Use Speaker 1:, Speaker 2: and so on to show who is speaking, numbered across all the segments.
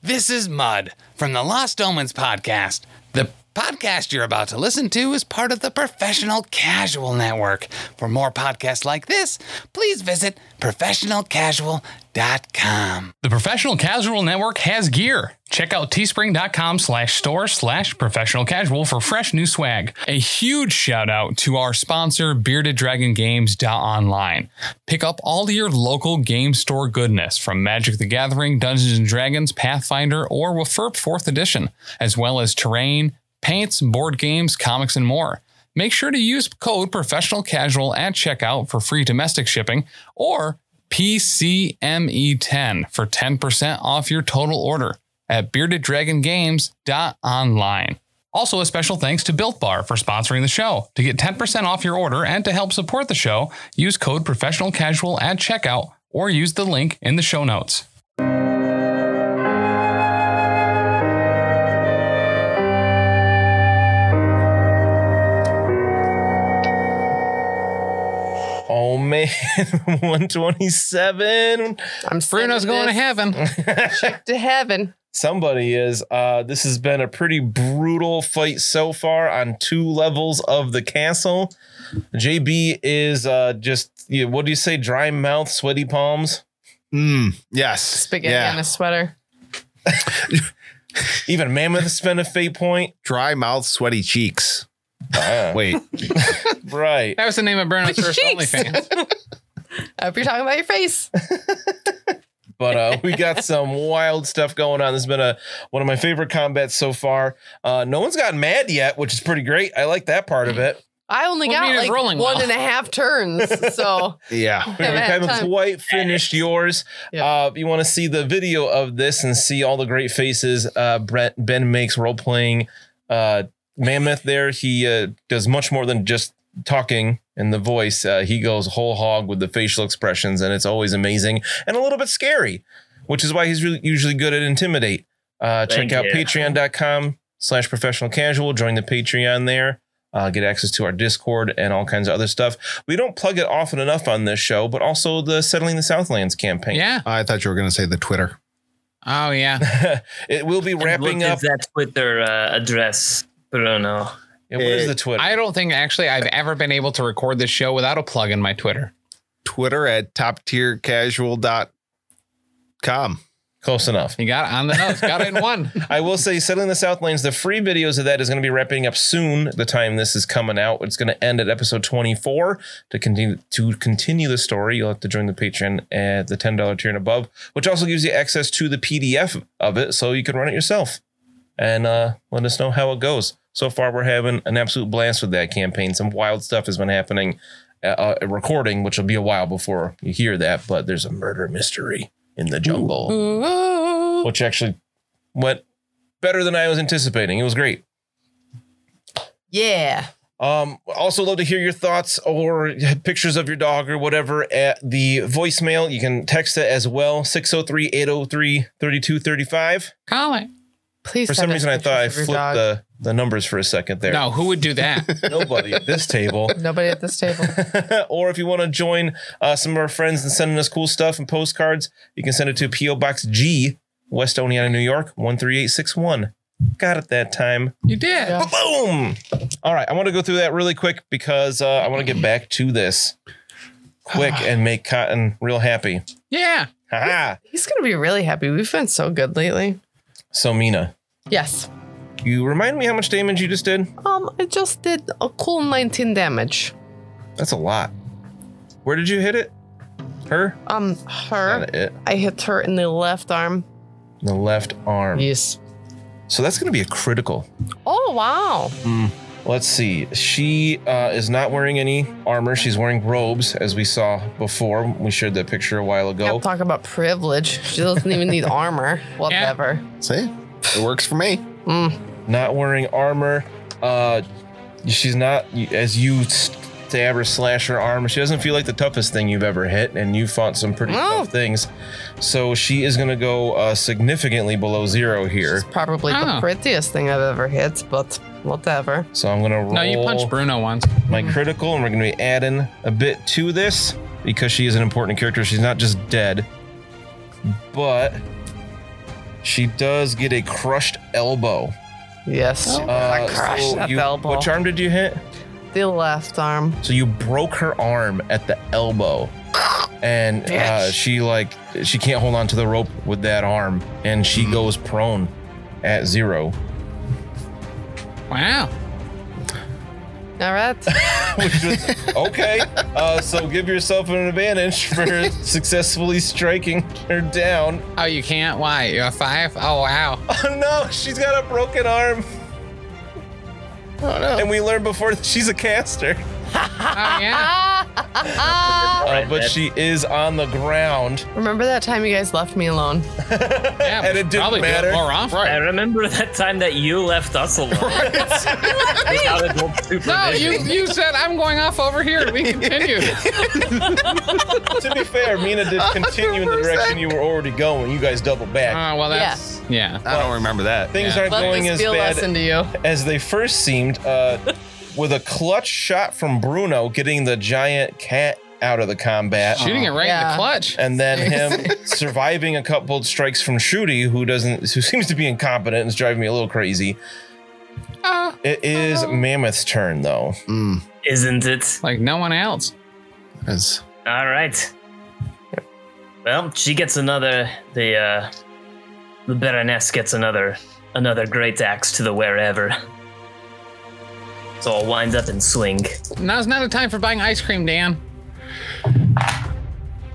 Speaker 1: This is Mud from the Lost Omens podcast. The podcast you're about to listen to is part of the Professional Casual Network. For more podcasts like this, please visit professionalcasual.com.
Speaker 2: The Professional Casual Network has gear. Check out teespring.com slash store slash professional casual for fresh new swag. A huge shout out to our sponsor, Bearded Dragon Games Online. Pick up all your local game store goodness from Magic the Gathering, Dungeons and Dragons, Pathfinder, or Wafurp 4th Edition, as well as terrain, paints, board games, comics, and more. Make sure to use code professional casual at checkout for free domestic shipping or PCME10 E for 10% off your total order at beardeddragongames.online. Also, a special thanks to Built Bar for sponsoring the show. To get 10% off your order and to help support the show, use code professional casual at checkout or use the link in the show notes.
Speaker 3: Oh man, 127.
Speaker 4: I'm
Speaker 1: Bruno's
Speaker 4: sending
Speaker 1: going to
Speaker 4: this
Speaker 1: heaven.
Speaker 4: to heaven.
Speaker 3: Somebody is. Uh, this has been a pretty brutal fight so far on two levels of the castle. JB is uh, just yeah, what do you say? Dry mouth, sweaty palms.
Speaker 5: Mm, yes.
Speaker 4: Spaghetti
Speaker 5: Yeah.
Speaker 4: in a sweater.
Speaker 3: Even Mammoth spent a fate point.
Speaker 5: Dry mouth, sweaty cheeks.
Speaker 3: Ah,
Speaker 5: Wait,
Speaker 3: right.
Speaker 1: That was the name of Bruno's first
Speaker 4: Cheeks.
Speaker 1: OnlyFans.
Speaker 4: I hope you're talking about your face.
Speaker 3: but uh, we got some wild stuff going on. This has been a one of my favorite combats so far. Uh, no one's gotten mad yet, which is pretty great. I like that part of it.
Speaker 4: I only
Speaker 1: Well, I mean,
Speaker 4: got
Speaker 1: it's
Speaker 4: like
Speaker 1: rolling
Speaker 4: one
Speaker 1: well.
Speaker 4: and a half turns. So
Speaker 5: yeah.
Speaker 3: We
Speaker 4: Haven't had
Speaker 3: haven't
Speaker 4: time.
Speaker 3: quite finished yours.
Speaker 4: Yeah.
Speaker 3: Uh, if you want to see the video of this and see all the great faces uh, Brent Ben makes role playing uh, Mammoth there, he uh, does much more than just talking and the voice. Uh, he goes whole hog with the facial expressions, and it's always amazing and a little bit scary, which is why he's really usually good at intimidate. Uh, check
Speaker 6: Thank
Speaker 3: out
Speaker 6: you.
Speaker 3: patreon.com slash professional casual. Join the Patreon there. Uh, get access to our Discord and all kinds of other stuff. We don't plug it often enough on this show, but also the Settling the Southlands campaign.
Speaker 1: Yeah.
Speaker 5: I thought you were going to say the Twitter.
Speaker 1: Oh, yeah.
Speaker 3: it will be wrapping
Speaker 6: and what
Speaker 3: up.
Speaker 6: is that Twitter uh, address, Bruno?
Speaker 3: Yeah, what is
Speaker 5: Uh,
Speaker 3: the Twitter?
Speaker 1: I don't think actually I've ever been able to record this show without a plug in my Twitter.
Speaker 5: Twitter at toptiercasual.com.
Speaker 3: Close enough.
Speaker 1: You got it on the nose. Got it in one.
Speaker 3: I will say, Settling the Southlands, the free videos of that is going to be wrapping up soon. The time this is coming out, it's going to end at episode 24. To continue to continue the story, you'll have to join the Patreon at the $10 tier and above, which also gives you access to the PDF of it, so you can run it yourself and uh, let us know how it goes. So far, we're having an absolute blast with that campaign. Some wild stuff has been happening. Uh, uh, recording, which will be a while before you hear that, but there's a murder mystery in the jungle which actually went better than I was anticipating. It was great.
Speaker 4: yeah.
Speaker 3: Um, also love to hear your thoughts or pictures of your dog or whatever at the voicemail. You can text it as well, 603-803-3235.
Speaker 1: Call it.
Speaker 4: Please.
Speaker 3: For
Speaker 4: send
Speaker 3: some
Speaker 4: us
Speaker 3: reason I thought I
Speaker 4: pictures of your
Speaker 3: flipped
Speaker 4: dog.
Speaker 3: the, the numbers for a second there.
Speaker 1: No, who would do that?
Speaker 3: Nobody at this table.
Speaker 4: Nobody at this table.
Speaker 3: or if you want to join uh, some of our friends and sending us cool stuff and postcards, you can send it to P.O. Box G, West Oneonta, New York, 13861. Got it that time.
Speaker 1: You did.
Speaker 4: Yeah.
Speaker 3: Boom. All right. I want to go through that really quick because uh, I want to get back to this quick and make Cotton real happy.
Speaker 1: Yeah.
Speaker 3: Haha.
Speaker 4: He's gonna be really happy. We've been so good lately.
Speaker 3: So, Mina,
Speaker 4: Yes.
Speaker 3: you remind me how much damage you just did?
Speaker 4: Um, I just did a cool 19 damage.
Speaker 3: That's a lot. Where did you hit it? Her?
Speaker 4: Um, her.
Speaker 3: Not it.
Speaker 4: I hit her in the left arm.
Speaker 3: The left arm.
Speaker 4: Yes.
Speaker 3: So, that's going to be a critical.
Speaker 4: Oh wow.
Speaker 3: Let's see. She uh, is not wearing any armor. She's wearing robes, as we saw before. We shared that picture a while ago.
Speaker 4: Can't talk about privilege. She doesn't even need armor. Whatever.
Speaker 5: See? It works for me.
Speaker 3: not wearing armor. Uh, she's not as you stab or slash her arm. She doesn't feel like the toughest thing you've ever hit, and you fought some pretty
Speaker 4: No.
Speaker 3: tough things. So she is going to go uh, significantly below zero here.
Speaker 4: It's probably
Speaker 1: Oh.
Speaker 4: the prettiest thing I've ever hit, but whatever.
Speaker 3: So I'm going to roll
Speaker 1: No, you
Speaker 3: Oh.
Speaker 1: punched Bruno once.
Speaker 3: my critical, and we're going to be adding a bit to this because she is an important character. She's not just dead, but She does get a crushed elbow.
Speaker 4: Yes.
Speaker 3: Uh,
Speaker 4: I crushed
Speaker 3: so
Speaker 4: that
Speaker 3: you-
Speaker 4: elbow.
Speaker 3: Which arm did you hit?
Speaker 4: the left arm.
Speaker 3: So you broke her arm at the elbow, and uh,
Speaker 4: Bitch.
Speaker 3: she like she can't hold on to the rope with that arm, and she goes prone at zero.
Speaker 2: Wow.
Speaker 4: All right.
Speaker 3: Which was- okay, uh, so give yourself an advantage for successfully striking her down.
Speaker 1: Oh, you can't? Why? You're a five? Oh, wow.
Speaker 3: Oh no, she's got a broken arm,
Speaker 5: Oh, no.
Speaker 3: and we learned before that she's a caster.
Speaker 1: Oh, yeah.
Speaker 4: Ah!
Speaker 3: Uh,
Speaker 6: Alright,
Speaker 3: but
Speaker 6: that-
Speaker 3: she is on the ground.
Speaker 4: Remember that time you guys left me alone?
Speaker 2: Yeah,
Speaker 3: And
Speaker 2: we
Speaker 3: it
Speaker 2: should
Speaker 3: didn't
Speaker 2: probably do it
Speaker 3: matter.
Speaker 2: More often.
Speaker 6: I remember that time that you left us alone. Without adult
Speaker 1: No,
Speaker 6: supervision.
Speaker 1: Oh, you, you said I'm going off over here and we continued.
Speaker 3: to be fair, Mina did continue in the direction you were already going. You guys double back.
Speaker 1: Oh, well,
Speaker 4: Yeah.
Speaker 1: that's. Yeah.
Speaker 5: I don't remember that.
Speaker 3: Things
Speaker 1: Yeah.
Speaker 3: aren't
Speaker 4: Let
Speaker 3: going
Speaker 4: me
Speaker 3: as
Speaker 4: spiel
Speaker 3: bad
Speaker 4: lesson to you.
Speaker 3: as they first seemed. Uh, with a clutch shot from Bruno, getting the giant cat out of the combat,
Speaker 1: Shooting it right in
Speaker 4: Yeah.
Speaker 1: the clutch.
Speaker 3: and then him surviving a couple strikes from Shooty, who doesn't, who seems to be incompetent and is driving me a little crazy.
Speaker 1: Oh,
Speaker 3: It is Mammoth's turn, though.
Speaker 5: Mm,
Speaker 6: Isn't it?
Speaker 1: Like no one else.
Speaker 5: that's-
Speaker 6: All right. Well, she gets another. The uh, the Baroness gets another another great axe to the wherever. So I'll wind up and swing.
Speaker 1: Now's not a time for buying ice cream, Dan.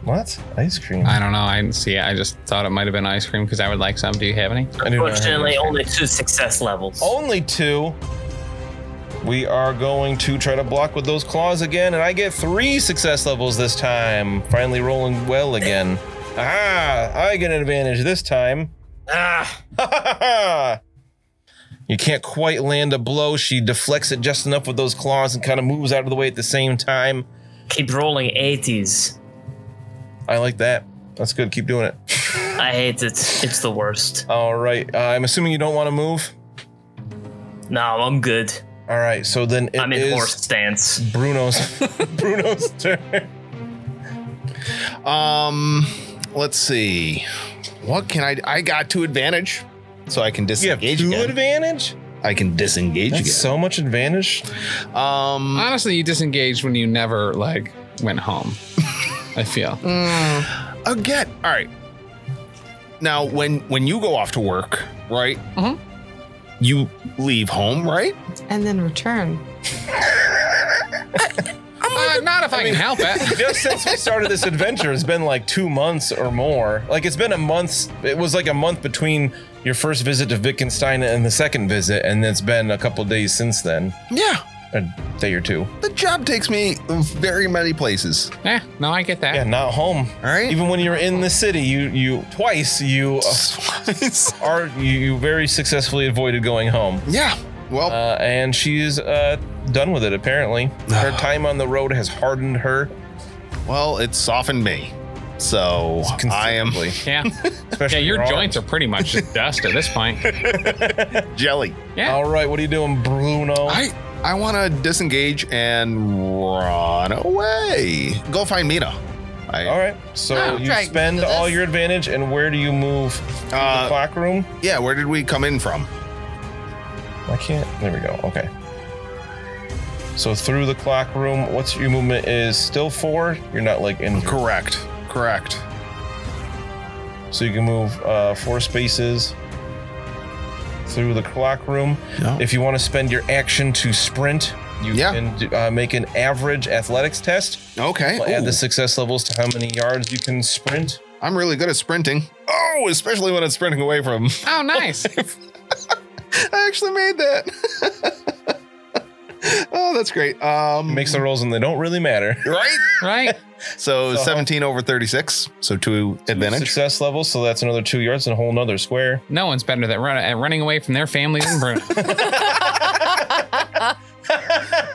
Speaker 3: What ice cream?
Speaker 2: I don't know. I didn't see it. I just thought it might have been ice cream because I would like some. Do you have any?
Speaker 3: I do not have
Speaker 6: Fortunately,
Speaker 3: ice cream.
Speaker 6: only two success levels.
Speaker 3: Only two. We are going to try to block with those claws again, and I get three success levels this time. Finally rolling well again. Aha! I get an advantage this time. Ah! you can't quite land a blow. She deflects it just enough with those claws and kind of moves out of the way at the same time.
Speaker 6: Keep rolling 80s.
Speaker 3: I like that. That's good. Keep doing it.
Speaker 6: I hate it. It's the worst.
Speaker 3: All right. Uh, I'm assuming you don't want to move.
Speaker 6: No, I'm good.
Speaker 3: All right. So then it
Speaker 6: I'm in
Speaker 3: is
Speaker 6: horse stance.
Speaker 3: Bruno's Bruno's turn.
Speaker 5: Um, let's see. What can I? I got two advantage, so I can
Speaker 3: You have
Speaker 5: disengage
Speaker 3: two
Speaker 5: again.
Speaker 3: advantage.
Speaker 5: I can disengage
Speaker 3: That's
Speaker 5: again.
Speaker 3: so much advantage.
Speaker 5: um,
Speaker 2: Honestly, you disengaged when you never like went home. I feel.
Speaker 5: again. All right. Now, when when you go off to work, right?
Speaker 2: Mhm.
Speaker 5: You leave home, right?
Speaker 4: And then return.
Speaker 2: Uh, not if I, can help it.
Speaker 3: Just since we started this adventure, it's been like two months or more. Like it's been a month. It was like a month between your first visit to Wittgenstein and the second visit, and it's been a couple days since then,
Speaker 5: Yeah.
Speaker 3: a day or two.
Speaker 5: The job takes me very many places.
Speaker 2: yeah. No, I get that.
Speaker 3: Yeah, not home.
Speaker 5: All right.
Speaker 3: Even when you're in the city, you you twice you uh, are you, you very successfully avoided going home.
Speaker 5: yeah. Well,
Speaker 3: Uh, and she's uh, done with it apparently. Her time on the road has hardened her.
Speaker 5: well, it softened me. So I am
Speaker 3: considerably.
Speaker 2: Yeah.
Speaker 3: Especially
Speaker 2: Yeah, your
Speaker 3: arm.
Speaker 2: joints are pretty much just dust at this point.
Speaker 5: jelly.
Speaker 2: Yeah.
Speaker 3: All right, what are you doing, Bruno?
Speaker 5: I I want to disengage and run away. Go find Mina. I,
Speaker 3: All right, so
Speaker 4: Oh,
Speaker 3: you
Speaker 4: try-
Speaker 3: spend
Speaker 4: do this.
Speaker 3: all your advantage, and where do you move? To the
Speaker 5: Uh,
Speaker 3: clock room?
Speaker 5: Yeah, where did we come in from?
Speaker 3: I can't. There we go. Okay. So through the clock room, what's your movement is still four. You're not like in.
Speaker 5: Correct. Correct.
Speaker 3: So you can move uh, four spaces through the clock room.
Speaker 5: Yeah.
Speaker 3: If you want to spend your action to sprint, you
Speaker 5: Yeah.
Speaker 3: can do, uh, make an average athletics test.
Speaker 5: Okay.
Speaker 3: We'll add
Speaker 5: Ooh,
Speaker 3: the success levels to how many yards you can sprint.
Speaker 5: I'm really good at sprinting. Oh, especially when it's sprinting away from.
Speaker 2: Oh, nice.
Speaker 5: I actually made that. oh, that's great. Um,
Speaker 3: Makes the rolls, and they don't really matter.
Speaker 5: right.
Speaker 2: Right.
Speaker 5: So,
Speaker 3: So-
Speaker 5: 17 over 36. So two advantage.
Speaker 3: Success level, so that's another two yards and a whole nother square.
Speaker 2: No one's better than run, at running away from their families than Bruno.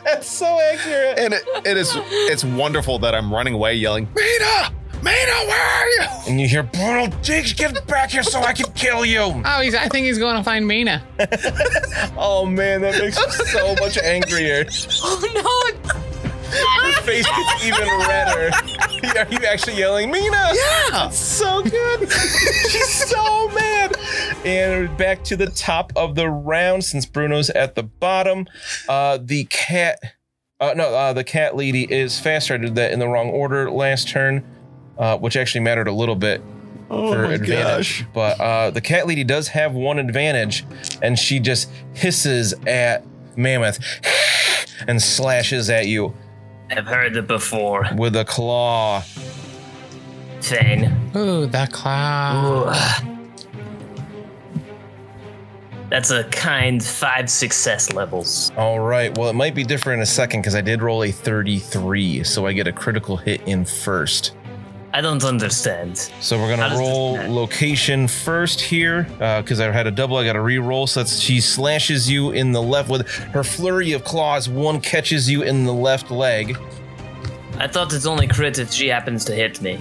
Speaker 3: That's so accurate.
Speaker 5: And it, it is it's wonderful that I'm running away yelling, Mina, Mina, where are you?
Speaker 3: And you hear, Bruno, Jake, get back here so I can kill you.
Speaker 2: Oh, he's. I think he's going to find Mina.
Speaker 3: Oh man, that makes me so much angrier.
Speaker 4: Oh no!
Speaker 3: Her face gets even redder. Are you actually yelling, Mina?
Speaker 5: Yeah.
Speaker 3: So good. She's so mad. And we're back to the top of the round since Bruno's at the bottom. Uh, the cat. Uh, no, uh, the cat lady is faster. I did that in the wrong order last turn, uh, which actually mattered a little bit
Speaker 5: Oh
Speaker 3: for
Speaker 5: my
Speaker 3: advantage.
Speaker 5: gosh.
Speaker 3: But uh, the cat lady does have one advantage, and she just hisses at Mammoth and slashes at you
Speaker 6: I've heard that before.
Speaker 3: with a claw.
Speaker 6: Fane.
Speaker 1: Ooh, that cloud.
Speaker 6: Ooh. That's a kind five success levels.
Speaker 3: All right. Well, it might be different in a second because I did roll a 33, so I get a critical hit in first.
Speaker 6: I don't understand.
Speaker 3: So we're
Speaker 6: How
Speaker 3: gonna
Speaker 6: does this
Speaker 3: roll
Speaker 6: matter?
Speaker 3: location first here because I had a double. I got to re-roll. So that's, she slashes you in the left with her flurry of claws. One catches you in the left leg.
Speaker 6: I thought it's only crit if she happens to hit me.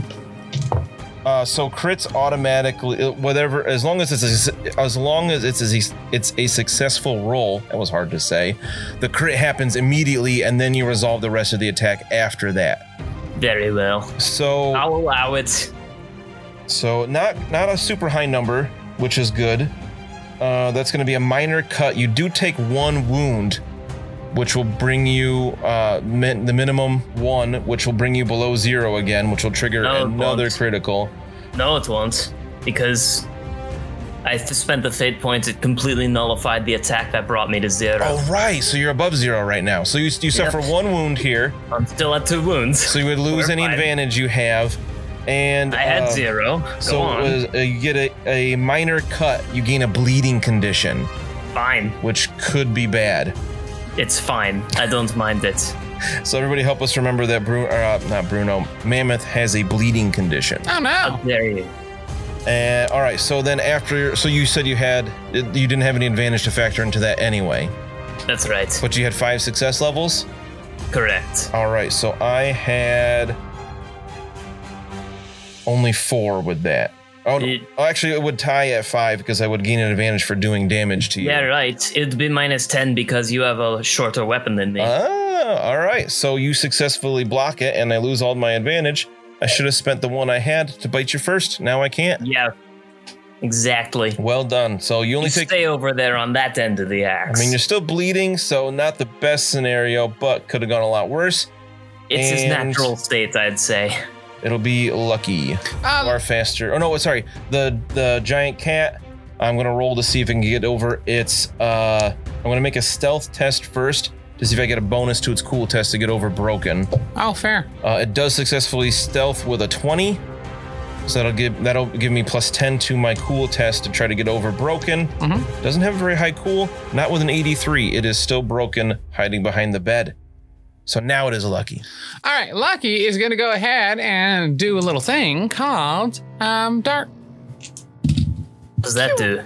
Speaker 3: Uh, so crits automatically, uh, whatever, as long as it's a, as long as it's a, it's a successful roll. That was hard to say. The crit happens immediately, and then you resolve the rest of the attack after that.
Speaker 6: Very well.
Speaker 3: So
Speaker 6: I'll allow it.
Speaker 3: so not not a super high number, which is good. Uh, that's going to be a minor cut. You do take one wound, which will bring you uh, min- the minimum one, which will bring you below zero again, which will trigger
Speaker 6: Oh,
Speaker 3: another
Speaker 6: bugs.
Speaker 3: critical.
Speaker 6: No, it won't. Because I f- spent the fate point, it completely nullified the attack that brought me to zero.
Speaker 3: Oh, right. So you're above zero right now. So you, you suffer one wound here.
Speaker 6: I'm still at two wounds.
Speaker 3: So you would lose
Speaker 6: We're
Speaker 3: any
Speaker 6: fine.
Speaker 3: advantage you have. And
Speaker 6: I had
Speaker 3: uh,
Speaker 6: zero. Go
Speaker 3: So
Speaker 6: on.
Speaker 3: it was, uh, you get a, a minor cut. You gain a bleeding condition,
Speaker 6: fine.
Speaker 3: which could be bad.
Speaker 6: It's fine. I don't mind it.
Speaker 3: So everybody, help us remember that Bruno, uh, not Bruno, Mammoth has a bleeding condition.
Speaker 1: Oh no.
Speaker 6: There you.
Speaker 3: And all right. So then after, so you said you had, you didn't have any advantage to factor into that anyway,
Speaker 6: That's right.
Speaker 3: but you had five success levels.
Speaker 6: Correct.
Speaker 3: All right, so I had only four with that. Oh, no.
Speaker 6: It-
Speaker 3: oh, actually, it would tie at five because I would gain an advantage for doing damage to you.
Speaker 6: Yeah, right. It'd be minus 10 because you have a shorter weapon than me.
Speaker 3: Ah, all right. So you successfully block it, and I lose all my advantage. I should have spent the one I had to bite you first. Now I can't.
Speaker 6: yeah. Exactly.
Speaker 3: Well done. So you only
Speaker 6: You
Speaker 3: take.
Speaker 6: stay over there on that end of the
Speaker 3: I
Speaker 6: axe.
Speaker 3: mean, you're still bleeding, so not the best scenario, but could have gone a lot worse.
Speaker 6: it's his
Speaker 3: and-
Speaker 6: natural state, I'd say.
Speaker 3: It'll be lucky.
Speaker 1: Um,
Speaker 3: or faster. Oh no, sorry. The the giant cat. I'm gonna roll to see if I can get over its. Uh, I'm gonna make a stealth test first to see if I get a bonus to its cool test to get over broken.
Speaker 1: oh, fair.
Speaker 3: Uh, it does successfully stealth with a 20, so that'll give that'll give me plus 10 to my cool test to try to get over broken.
Speaker 1: Mm-hmm.
Speaker 3: Doesn't have a very high cool. Not with an 83. It is still broken, hiding behind the bed. So now it is lucky.
Speaker 1: All right, Lucky is gonna go ahead and do a little thing called um dart.
Speaker 6: What does that do?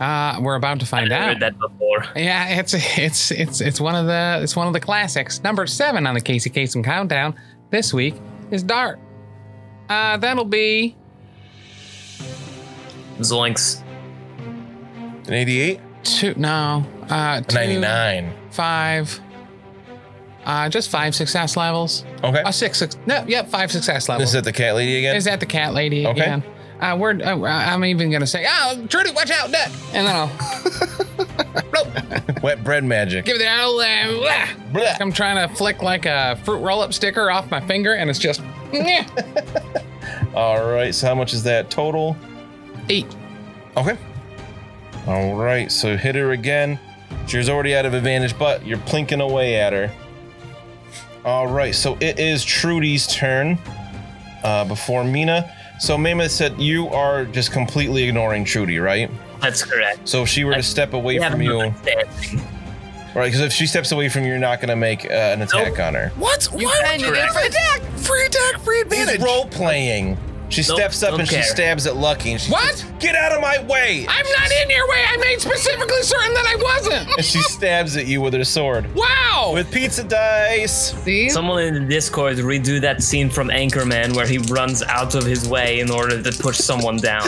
Speaker 1: Uh, we're about to
Speaker 6: I
Speaker 1: find out.
Speaker 6: heard that before.
Speaker 1: Yeah, it's it's it's it's one of the it's one of the classics. Number seven on the Casey Kasem countdown this week is Dart. Uh, that'll be
Speaker 6: Zoinks.
Speaker 3: An 88,
Speaker 1: two. No, uh,
Speaker 3: a
Speaker 1: two,
Speaker 3: 99.
Speaker 1: five. Uh, just five success levels.
Speaker 3: Okay.
Speaker 1: Uh, six, six. No, yep, five success levels.
Speaker 3: Is that the cat lady again?
Speaker 1: Is that the cat lady
Speaker 3: Okay.
Speaker 1: again? Uh, we're, uh, I'm even gonna say, oh, Trudy, watch out, duck, and then I'll
Speaker 3: Wet bread magic.
Speaker 1: give it an old. Uh, blah.
Speaker 3: Blah.
Speaker 1: I'm trying to flick like a fruit roll-up sticker off my finger, and it's just "Nyeh."
Speaker 3: All right. So how much is that total?
Speaker 1: eight.
Speaker 3: Okay. All right. So hit her again. She's already out of advantage, but you're plinking away at her. All right. So it is Trudy's turn uh, before Mina. So Mammoth said you are just completely ignoring Trudy, right?
Speaker 6: That's correct.
Speaker 3: So if she were
Speaker 6: I-
Speaker 3: to step away
Speaker 6: We have
Speaker 3: from you,
Speaker 6: another
Speaker 3: right?
Speaker 6: standing.
Speaker 3: Because if she steps away from you, you're not going to make uh, an attack on her.
Speaker 5: What's why
Speaker 6: can
Speaker 5: would you
Speaker 6: correct.
Speaker 5: get free attack? Free attack, free
Speaker 3: He's
Speaker 5: advantage.
Speaker 3: role playing. She
Speaker 6: Nope,
Speaker 3: steps up
Speaker 6: don't
Speaker 3: and
Speaker 6: care.
Speaker 3: she stabs at Lucky. And she
Speaker 1: What?
Speaker 3: says, Get out of my way!
Speaker 1: I'm not in your way. I made specifically certain that I wasn't.
Speaker 3: and she stabs at you with her sword.
Speaker 1: Wow.
Speaker 3: With pizza dice.
Speaker 1: See?
Speaker 6: Someone in the Discord redo that scene from Anchorman where he runs out of his way in order to push someone down.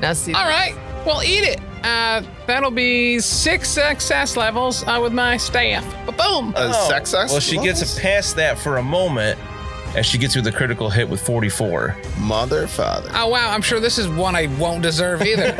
Speaker 4: Now see.
Speaker 1: All right. Well, eat it. Uh, that'll be six success levels uh, with my staff. Ba boom.
Speaker 5: Uh,
Speaker 3: Oh.
Speaker 5: success.
Speaker 3: Well, she gets
Speaker 5: levels?
Speaker 3: past that for a moment, as she gets you the critical hit with 44.
Speaker 5: Mother, father.
Speaker 1: Oh, wow. I'm sure this is one I won't deserve either.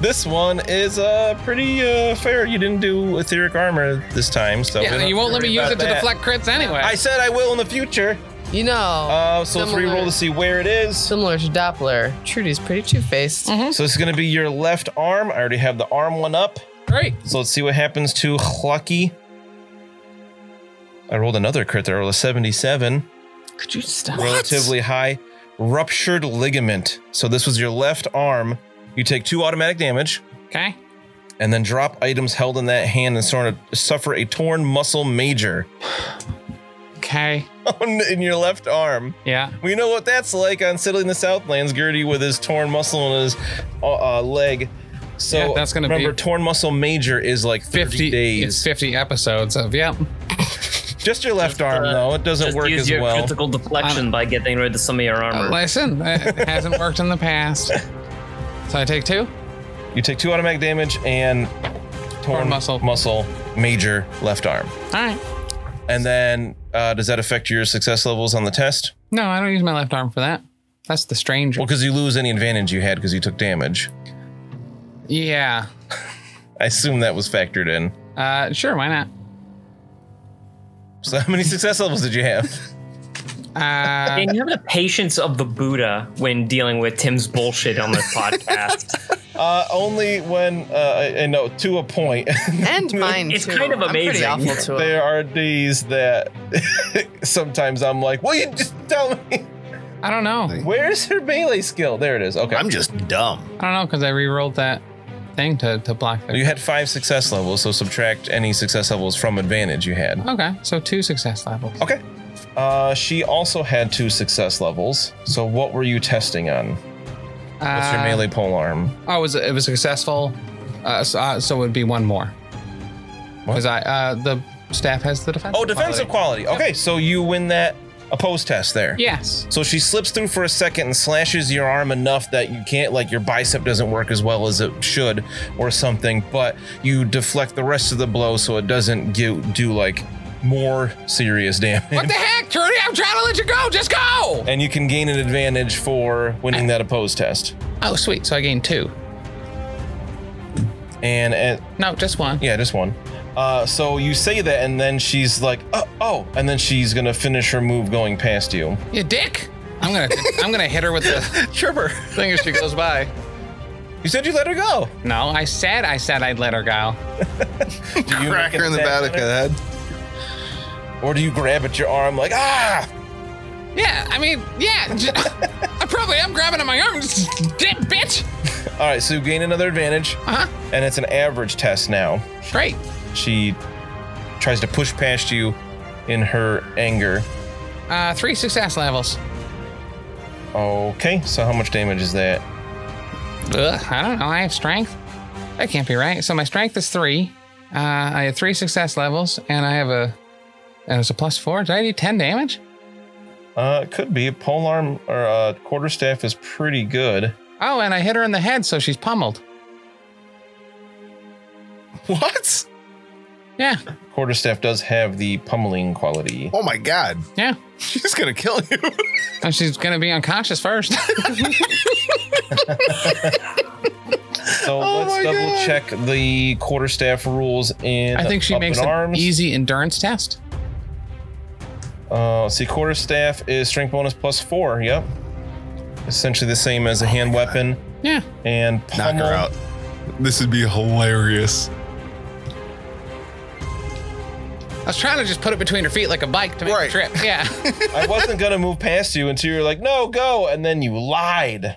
Speaker 3: This one is uh, pretty uh, fair. You didn't do etheric armor this time, so we
Speaker 1: yeah,
Speaker 3: don't
Speaker 1: you won't let
Speaker 3: worry
Speaker 1: me use
Speaker 3: about
Speaker 1: it to
Speaker 3: that.
Speaker 1: deflect crits anyway.
Speaker 3: I said I will in the future.
Speaker 4: You know,
Speaker 3: Uh, so let's
Speaker 4: Similar.
Speaker 3: re-roll to see where it is.
Speaker 4: similar to Doppler, Trudy's pretty two faced.
Speaker 1: Mm-hmm.
Speaker 3: So this is going to be your left arm. I already have the arm one up.
Speaker 1: Great.
Speaker 3: So let's see what happens to Clucky. I rolled another crit there. I rolled a 77.
Speaker 4: Could you stop?
Speaker 3: Relatively high. Ruptured ligament. So this was your left arm. You take two automatic damage
Speaker 1: Okay.
Speaker 3: and then drop items held in that hand and sort of suffer a torn muscle major
Speaker 1: Okay.
Speaker 3: on- in your left arm.
Speaker 1: Yeah.
Speaker 3: We know what that's like on Settling the Southlands, Gertie with his torn muscle in his uh, uh, leg. So
Speaker 1: Yeah, that's gonna be-
Speaker 3: remember, torn muscle major is like 30
Speaker 1: 50 It's
Speaker 3: days.
Speaker 1: 50 episodes of, yeah.
Speaker 3: Just your left arm,
Speaker 6: uh,
Speaker 3: though. It doesn't
Speaker 6: Just
Speaker 3: work
Speaker 6: use
Speaker 3: as
Speaker 6: your
Speaker 3: well.
Speaker 6: critical deflection by getting rid of some of your armor.
Speaker 1: Listen, it hasn't worked in the past. So I take two?
Speaker 3: You take two automatic damage and torn,
Speaker 1: muscle.
Speaker 3: muscle major left arm.
Speaker 1: All right.
Speaker 3: And then uh, does that affect your success levels on the test?
Speaker 1: No, I don't use my left arm for that. That's the stranger.
Speaker 3: Well, because you lose any advantage you had because you took damage.
Speaker 1: yeah.
Speaker 3: I assume that was factored in.
Speaker 1: Uh, sure, why not?
Speaker 3: So how many success levels did you have?
Speaker 1: Uh,
Speaker 6: And you have the patience of the Buddha when dealing with Tim's bullshit on this podcast.
Speaker 3: Uh, only when uh, I- I know to a point.
Speaker 4: And mine
Speaker 6: It's
Speaker 4: too.
Speaker 6: kind of amazing.
Speaker 4: I'm pretty awful to it.
Speaker 3: there are days that sometimes I'm like, "Will you just tell me
Speaker 1: I don't know. I
Speaker 3: where's her melee skill?" There it is. Okay,
Speaker 5: I'm just dumb.
Speaker 1: don't know because I re-rolled that thing to, to block the.
Speaker 3: you had five success levels, so subtract any success levels from advantage you had.
Speaker 1: Okay, so two success levels.
Speaker 3: Okay. Uh, she also had two success levels. So what were you testing on? Oh, What's your
Speaker 1: Uh,
Speaker 3: melee pole arm?
Speaker 1: Oh, it was it was successful? Uh, so, uh, so it would be one more. Because I uh, the staff has the defense.
Speaker 3: Oh, defensive quality. Okay, so you win that opposed test there.
Speaker 1: Yes.
Speaker 3: So she slips through for a second and slashes your arm enough that you can't, like, your bicep doesn't work as well as it should or something, but you deflect the rest of the blow so it doesn't do, do like, more serious
Speaker 1: What
Speaker 3: damage.
Speaker 1: the heck, Trudy? I'm trying to let you go. Just go.
Speaker 3: And you can gain an advantage for winning that opposed test.
Speaker 1: Oh, sweet. So I gained two.
Speaker 3: And, and
Speaker 1: No, just one.
Speaker 3: yeah, just one. Uh, so you say that, and then she's like, oh, oh, and then she's gonna finish her move going past you.
Speaker 1: You dick. I'm gonna I'm gonna hit her with the
Speaker 3: Trevor,
Speaker 1: thing as she goes by.
Speaker 3: you said you let her go.
Speaker 1: No, I said I said I'd let her go.
Speaker 3: Do you make
Speaker 5: Crack her
Speaker 3: an
Speaker 5: in the
Speaker 3: attack
Speaker 5: back
Speaker 3: on
Speaker 5: of the head.
Speaker 3: Or do you grab at your arm like, ah?
Speaker 1: Yeah, I mean, yeah. j- I probably am grabbing at my arm. Dick, bitch.
Speaker 3: All right, so you gain another advantage,
Speaker 1: Uh huh.
Speaker 3: and it's an average test now.
Speaker 1: Great.
Speaker 3: She tries to push past you in her anger.
Speaker 1: Uh, three success levels.
Speaker 3: Okay, so how much damage is that?
Speaker 1: Ugh, I don't know. I have strength. That can't be right. So my strength is three. Uh, I have three success levels, and I have a, and it's a plus four. Did I do ten damage?
Speaker 3: Uh, it could be. Polearm or uh, quarterstaff is pretty good.
Speaker 1: Oh, and I hit her in the head, so she's pummeled.
Speaker 5: What?
Speaker 1: Yeah,
Speaker 3: Quarterstaff does have the pummeling quality.
Speaker 5: Oh my god.
Speaker 1: yeah.
Speaker 5: She's gonna kill you.
Speaker 1: And she's gonna be unconscious first.
Speaker 3: So
Speaker 5: Oh
Speaker 3: let's
Speaker 5: my
Speaker 3: double
Speaker 5: God.
Speaker 3: check the quarterstaff rules in.
Speaker 1: I think she
Speaker 3: up
Speaker 1: makes
Speaker 3: in
Speaker 1: an
Speaker 3: arms.
Speaker 1: easy endurance test.
Speaker 3: Uh, let's see, quarterstaff is strength bonus plus four. Yep. Essentially the same as a hand weapon
Speaker 1: Yeah.
Speaker 3: and
Speaker 5: Knock
Speaker 3: pummel.
Speaker 5: her out. This would be hilarious.
Speaker 1: I was trying to just put it between her feet like a bike to make
Speaker 5: Right.
Speaker 1: a trip. Yeah.
Speaker 3: I wasn't gonna move past you until you were like, no, go, and then you lied.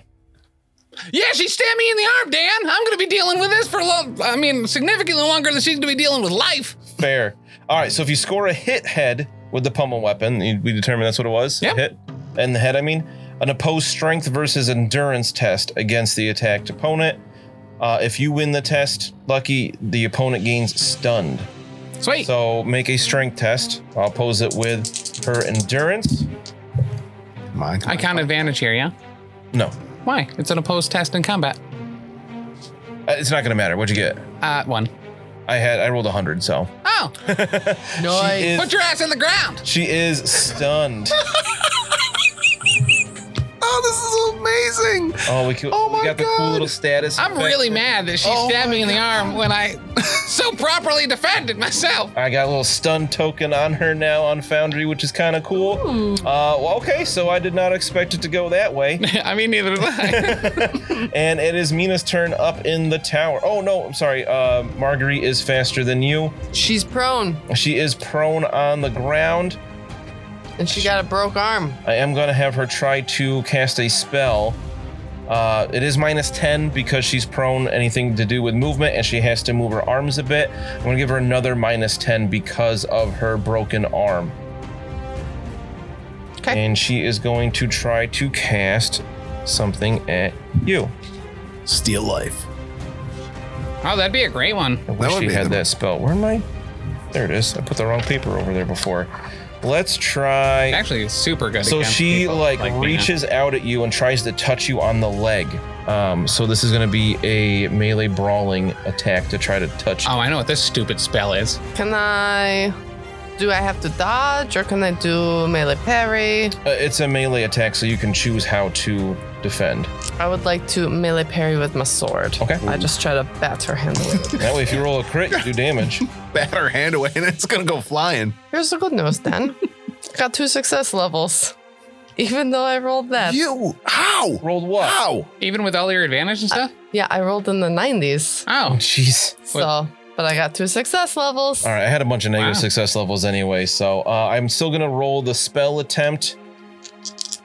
Speaker 1: yeah, she stabbed me in the arm, Dan. I'm gonna be dealing with this for long. I mean, significantly longer than she's gonna be dealing with life.
Speaker 3: Fair. All right, so if you score a hit head with the pummel weapon, you- we determine that's what it was. a
Speaker 1: Yeah.
Speaker 3: Hit and the head, I mean, an opposed strength versus endurance test against the attacked opponent. Uh, if you win the test, lucky, the opponent gains stunned.
Speaker 1: Sweet.
Speaker 3: So make a strength test. I'll pose it with her endurance.
Speaker 5: Come on.
Speaker 1: I count advantage here. Yeah.
Speaker 3: No,
Speaker 1: Why? It's an opposed test in combat.
Speaker 3: Uh, it's not gonna matter. What'd you get?
Speaker 1: Uh, one.
Speaker 3: I had I rolled hundred, so
Speaker 1: Oh,
Speaker 4: Nice.
Speaker 3: is-
Speaker 1: put your ass in the ground.
Speaker 3: she is stunned.
Speaker 5: amazing.
Speaker 3: Oh, we, could,
Speaker 5: Oh
Speaker 3: we
Speaker 5: my
Speaker 3: got the cool
Speaker 5: God.
Speaker 3: little status.
Speaker 1: I'm
Speaker 3: effect.
Speaker 1: really mad that she stabbed me in the arm when I so properly defended myself.
Speaker 3: I got a little stun token on her now on Foundry, which is kind of cool. Uh, well, okay, so I did not expect it to go that way.
Speaker 1: I mean, neither did I.
Speaker 3: and it is Mina's turn up in the tower. Oh, no, I'm sorry. Uh, Marguerite is faster than you.
Speaker 4: She's prone
Speaker 3: She is prone on the ground.
Speaker 4: and she got a broke arm.
Speaker 3: I am going to have her try to cast a spell. Uh, it is minus 10 because she's prone, anything to do with movement, and she has to move her arms a bit. I'm going to give her another minus 10 because of her broken arm.
Speaker 4: Okay.
Speaker 3: And she is going to try to cast something at you.
Speaker 5: Steal life.
Speaker 1: oh, that'd be a great one.
Speaker 3: I wish
Speaker 5: would
Speaker 3: she
Speaker 5: be
Speaker 3: had
Speaker 5: the-
Speaker 3: that spell. Where am I? There it is. I put the wrong paper over there before. Let's try.
Speaker 1: Actually, it's super good.
Speaker 3: So
Speaker 1: against
Speaker 3: she
Speaker 1: people
Speaker 3: like,
Speaker 1: me.
Speaker 3: reaches out at you and tries to touch you on the leg. Um, so this is going to be a melee brawling attack to try to touch.
Speaker 1: Oh, I know what this stupid spell is.
Speaker 4: Can I? Do I have to dodge or can I do melee parry?
Speaker 3: Uh, it's a melee attack, so you can choose how to defend.
Speaker 4: I would like to melee parry with my sword.
Speaker 3: Okay.
Speaker 4: I just try to batter him. with it.
Speaker 3: That way, if you roll a crit, you do damage.
Speaker 5: Bat her hand away and it's going to go flying.
Speaker 4: Here's the good news, then. Got two success levels, even though I rolled that.
Speaker 5: You, how?
Speaker 3: Rolled what?
Speaker 5: How?
Speaker 1: Even with all your advantage
Speaker 4: Uh,
Speaker 1: and stuff?
Speaker 4: yeah, I rolled in the 90s.
Speaker 1: Oh,
Speaker 3: Jeez.
Speaker 4: So, but I got two success levels.
Speaker 3: All right, I had a bunch of negative
Speaker 1: Wow.
Speaker 3: success levels anyway, so uh, I'm still gonna roll the spell attempt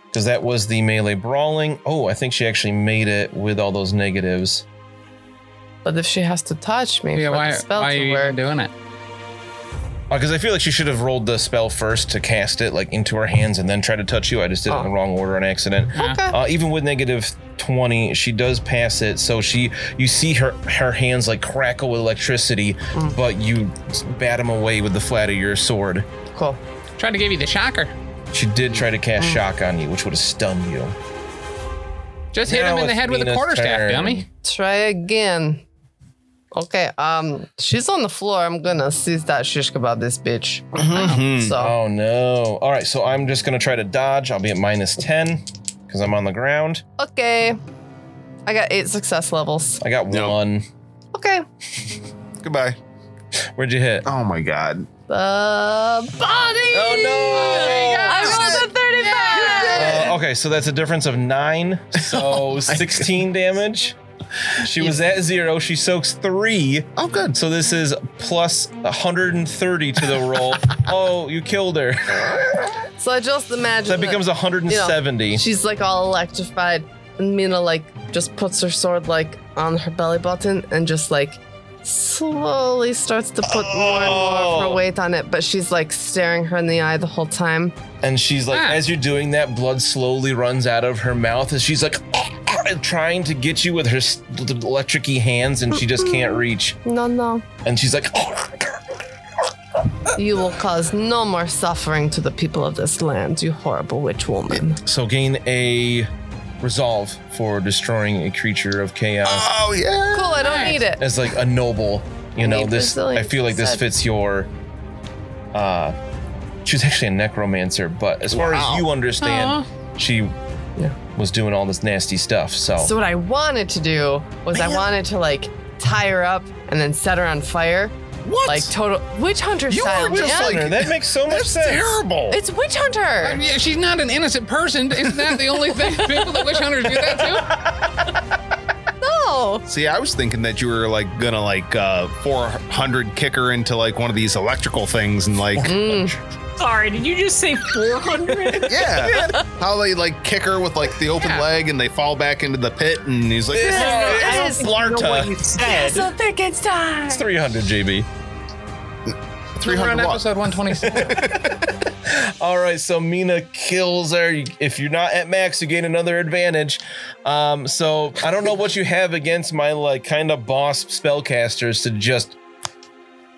Speaker 3: because that was the melee brawling. Oh, I think she actually made it with all those negatives.
Speaker 4: But if she has to touch me
Speaker 1: yeah,
Speaker 4: for
Speaker 1: why,
Speaker 4: the spell
Speaker 1: why are
Speaker 4: to
Speaker 1: you
Speaker 4: work,
Speaker 1: even doing it?
Speaker 3: Because I feel like she should have rolled the spell first to cast it like into her hands and then try to touch you. I just did it in the
Speaker 4: Oh.
Speaker 3: wrong order on accident.
Speaker 4: Okay.
Speaker 1: Uh-huh.
Speaker 3: Uh, even with negative twenty, she does pass it. So she, you see her her hands like crackle with electricity,
Speaker 4: Mm.
Speaker 3: but you bat them away with the flat of your sword.
Speaker 4: cool.
Speaker 1: Tried to give you the shocker.
Speaker 3: She did try to
Speaker 4: Mm.
Speaker 3: cast shock on you, which would have stunned you.
Speaker 1: Just hit
Speaker 3: Now
Speaker 1: him in the
Speaker 3: it's
Speaker 1: head with a
Speaker 3: Mina's
Speaker 1: quarterstaff,
Speaker 3: turn.
Speaker 1: dummy.
Speaker 4: Try again. Okay, um, she's on the floor. I'm gonna seize that shish kebab, this bitch.
Speaker 1: Mm-hmm.
Speaker 4: So,
Speaker 3: Oh no. All right, so I'm just gonna try to dodge. I'll be at minus 10 because I'm on the ground.
Speaker 4: okay. I got eight success levels.
Speaker 3: I got
Speaker 5: Nope.
Speaker 3: one.
Speaker 4: Okay.
Speaker 5: Goodbye.
Speaker 3: Where'd you hit?
Speaker 5: Oh my God.
Speaker 4: The body!
Speaker 3: Oh no!
Speaker 4: I rolled a 35!
Speaker 3: Uh, okay, so that's a difference of nine. So 16 damage. She was at zero. She soaks three.
Speaker 5: Oh, good.
Speaker 3: So this is plus 130 to the roll. oh, you killed her.
Speaker 4: So I just imagine
Speaker 3: That becomes 170.
Speaker 4: she's like all electrified, and Mina like just puts her sword like on her belly button and just like slowly starts to put more and more of her
Speaker 3: Oh. weight
Speaker 4: weight on it, but she's like staring her in the eye the whole time.
Speaker 3: And she's like,
Speaker 1: Ah.
Speaker 3: as you're doing that, blood slowly runs out of her mouth as she's like trying to get you with her s- electric hands, and she just can't reach.
Speaker 4: No, no,
Speaker 3: And she's like,
Speaker 4: you will cause no more suffering to the people of this land, you horrible witch woman.
Speaker 3: so gain a resolve for destroying a creature of chaos
Speaker 5: Oh, yeah.
Speaker 4: Cool, I don't
Speaker 1: Nice.
Speaker 4: need it.
Speaker 3: as like a noble. You know
Speaker 4: Need
Speaker 3: this. I
Speaker 4: resilience,
Speaker 3: feel like this
Speaker 4: said.
Speaker 3: fits your. Uh, she was actually a necromancer, but as far
Speaker 5: Wow.
Speaker 3: as you understand, she was doing all this nasty stuff.
Speaker 4: So what I wanted to do was I wanted to like tie her up and then set her on fire.
Speaker 5: What?
Speaker 4: Like total witch hunter
Speaker 5: You
Speaker 4: style.
Speaker 5: are just
Speaker 4: yeah?
Speaker 5: like-
Speaker 3: Honor, that makes so much
Speaker 5: That's
Speaker 3: sense.
Speaker 5: terrible.
Speaker 4: it's witch hunter.
Speaker 1: I mean, Uh, she's not an innocent person. Isn't that the only thing people that witch hunters do that too?
Speaker 4: no.
Speaker 5: See, I was thinking that you were like gonna like uh 400 kicker into like one of these electrical things and like
Speaker 4: Mm.
Speaker 7: Sorry, did you just say 400?
Speaker 5: yeah, how they like kick her with like the open
Speaker 1: Yeah.
Speaker 5: leg and they fall back into the pit and he's like,
Speaker 7: I
Speaker 4: Yes.
Speaker 7: don't know what you said.
Speaker 4: Pickens time.
Speaker 3: It's 300 JB.
Speaker 1: We're on
Speaker 5: 300 watts.
Speaker 1: episode 127.
Speaker 3: All right, so Mina kills her. You- If you're not at max, you gain another advantage. Um, so I don't know what you have against my like kind of boss spellcasters to just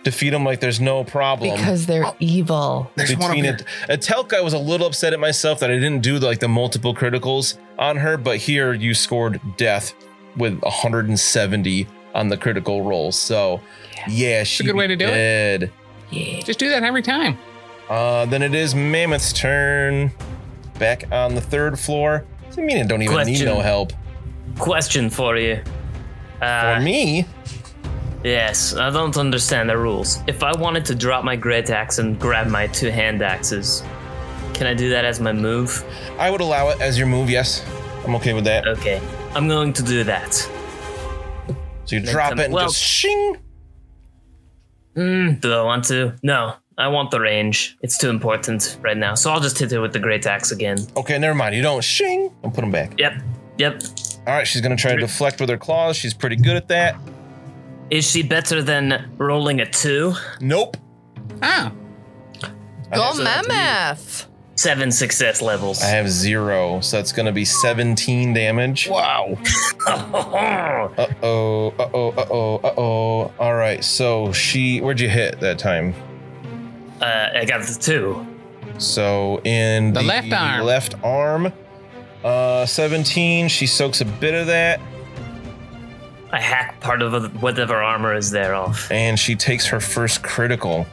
Speaker 3: defeat them like there's no problem.
Speaker 4: Because they're evil.
Speaker 5: There's one up
Speaker 3: between
Speaker 5: here.
Speaker 3: it, a Telk, I was a little upset at myself that I didn't do like the multiple criticals on her, but here you scored death with 170 on the critical roll. So yeah, she's
Speaker 1: a good way to do it.
Speaker 3: it.
Speaker 1: Just do that every time.
Speaker 3: Uh, then it is Mammoth's turn. Back on the third floor. do you mean I don't even need
Speaker 6: Question.
Speaker 3: no help?
Speaker 6: Question for you. Uh,
Speaker 3: For me?
Speaker 6: Yes, I don't understand the rules. If I wanted to drop my great axe and grab my two hand axes, can I do that as my move?
Speaker 3: I would allow it as your move, yes. I'm okay with that.
Speaker 6: Okay, I'm going to do that.
Speaker 3: So you
Speaker 6: makes
Speaker 3: drop
Speaker 6: sense.
Speaker 3: it and
Speaker 6: Well-
Speaker 3: just shing.
Speaker 6: Do I want to? No, I want the range. It's too important right now. So I'll just hit it with the great axe again.
Speaker 3: Okay, never mind. You don't shing. I'll put him back.
Speaker 6: Yep, yep.
Speaker 3: All right, she's gonna try to deflect with her claws. She's pretty good at that.
Speaker 6: Is she better than rolling a two?
Speaker 3: Nope.
Speaker 1: Ah,
Speaker 3: I
Speaker 4: Go
Speaker 3: have-
Speaker 4: mammoth.
Speaker 6: Seven success levels.
Speaker 3: I have zero, so that's gonna be 17 damage.
Speaker 5: Wow.
Speaker 3: Uh oh, uh oh, uh oh, uh oh. All right, so she, where'd you hit that time?
Speaker 6: Uh, I got the two.
Speaker 3: So in
Speaker 1: The left arm.
Speaker 3: left arm, uh, 17. She soaks a bit of that,
Speaker 6: I hack part of whatever armor is there off.
Speaker 3: and she takes her first critical.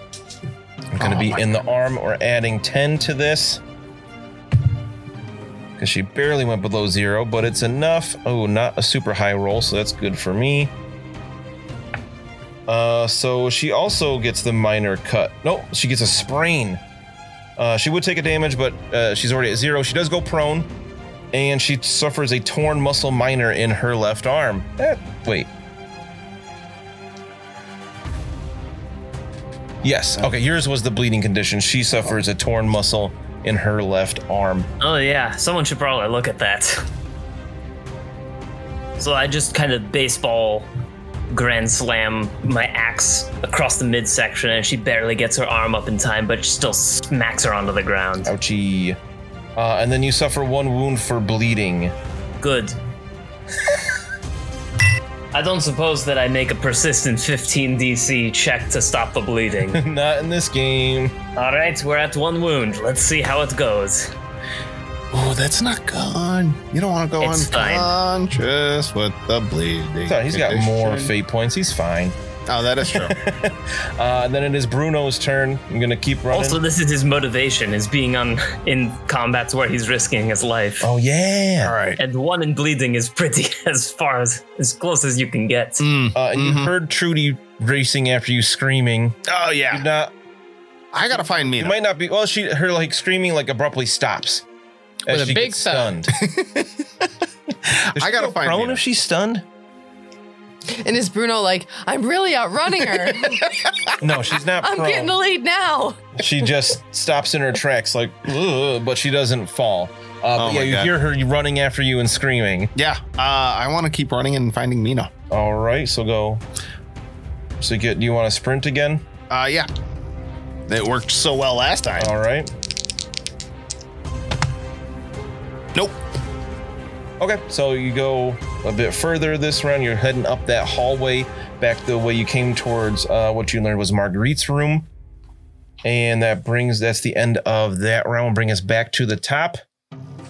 Speaker 3: I'm gonna
Speaker 5: Oh
Speaker 3: be
Speaker 5: my
Speaker 3: in the arm or adding 10 to this. Because she barely went below zero, but it's enough. Oh, not a super high roll, so that's good for me. Uh, so she also gets the minor cut. No, she gets a sprain. Uh, she would take a damage, but uh, she's already at zero. She does go prone, and she suffers a torn muscle minor in her left arm. Eh, wait. Yes. Okay, yours was the bleeding condition. She suffers a torn muscle in her left arm.
Speaker 6: Oh yeah, someone should probably look at that. So I just kind of baseball grand slam my axe across the midsection and she barely gets her arm up in time but she still smacks her onto the ground.
Speaker 3: Ouchie. Uh, and then you suffer one wound for bleeding.
Speaker 6: Good. I don't suppose that I make a persistent 15 DC check to stop the bleeding.
Speaker 3: Not in this game.
Speaker 6: All right, we're at one wound. Let's see how it goes.
Speaker 5: Oh, that's not gone. You don't want to go
Speaker 6: It's fine.
Speaker 5: unconscious with the bleeding.
Speaker 3: So he's got
Speaker 5: condition.
Speaker 3: more fate points. He's fine.
Speaker 5: Oh, that is true.
Speaker 3: Uh, and then it is Bruno's turn. I'm gonna keep running.
Speaker 6: Also, this is his motivation: is being on in combats where he's risking his life.
Speaker 3: oh yeah.
Speaker 5: All right.
Speaker 6: and one in bleeding is pretty as far as as close as you can get.
Speaker 3: Uh, and you heard Trudy racing after you, screaming.
Speaker 5: Mm-hmm. Oh
Speaker 3: You're
Speaker 5: yeah.
Speaker 3: not.
Speaker 5: I gotta find
Speaker 3: You
Speaker 5: Mina.
Speaker 3: might not be. Well, she her like screaming like abruptly stops.
Speaker 1: With a big
Speaker 3: stunned.
Speaker 5: I gotta find
Speaker 3: prone
Speaker 5: Mina.
Speaker 3: if she's stunned.
Speaker 4: And is Bruno like, I'm really outrunning her.
Speaker 3: No, she's not
Speaker 4: I'm
Speaker 3: prone.
Speaker 4: getting the lead now.
Speaker 3: she just stops in her tracks, like, "Ugh," but she doesn't fall. Uh, but
Speaker 5: Oh
Speaker 3: yeah,
Speaker 5: my
Speaker 3: you
Speaker 5: God.
Speaker 3: hear her running after you and screaming.
Speaker 5: Yeah. Uh, I want to keep running and finding Mina.
Speaker 3: All right, so go. So get. Do you want to sprint again?
Speaker 5: Uh, yeah. It worked so well last time.
Speaker 3: All right.
Speaker 5: Nope.
Speaker 3: Okay, so you go a bit further this round. You're heading up that hallway, back the way you came towards uh, what you learned was Marguerite's room, and that brings that's the end of that round. Bring us back to the top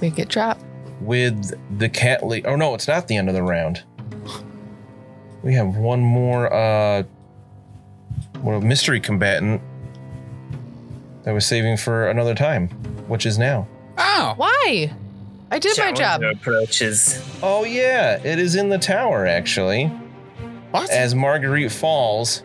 Speaker 4: We get trapped.
Speaker 3: with the cat. La- oh no, it's not the end of the round. We have one more uh, well, mystery combatant that was saving for another time, which is now.
Speaker 1: oh,
Speaker 4: Why? I did my job.
Speaker 6: Challenger Approaches.
Speaker 3: Oh yeah, it is in the tower actually.
Speaker 5: What?
Speaker 3: As Marguerite falls,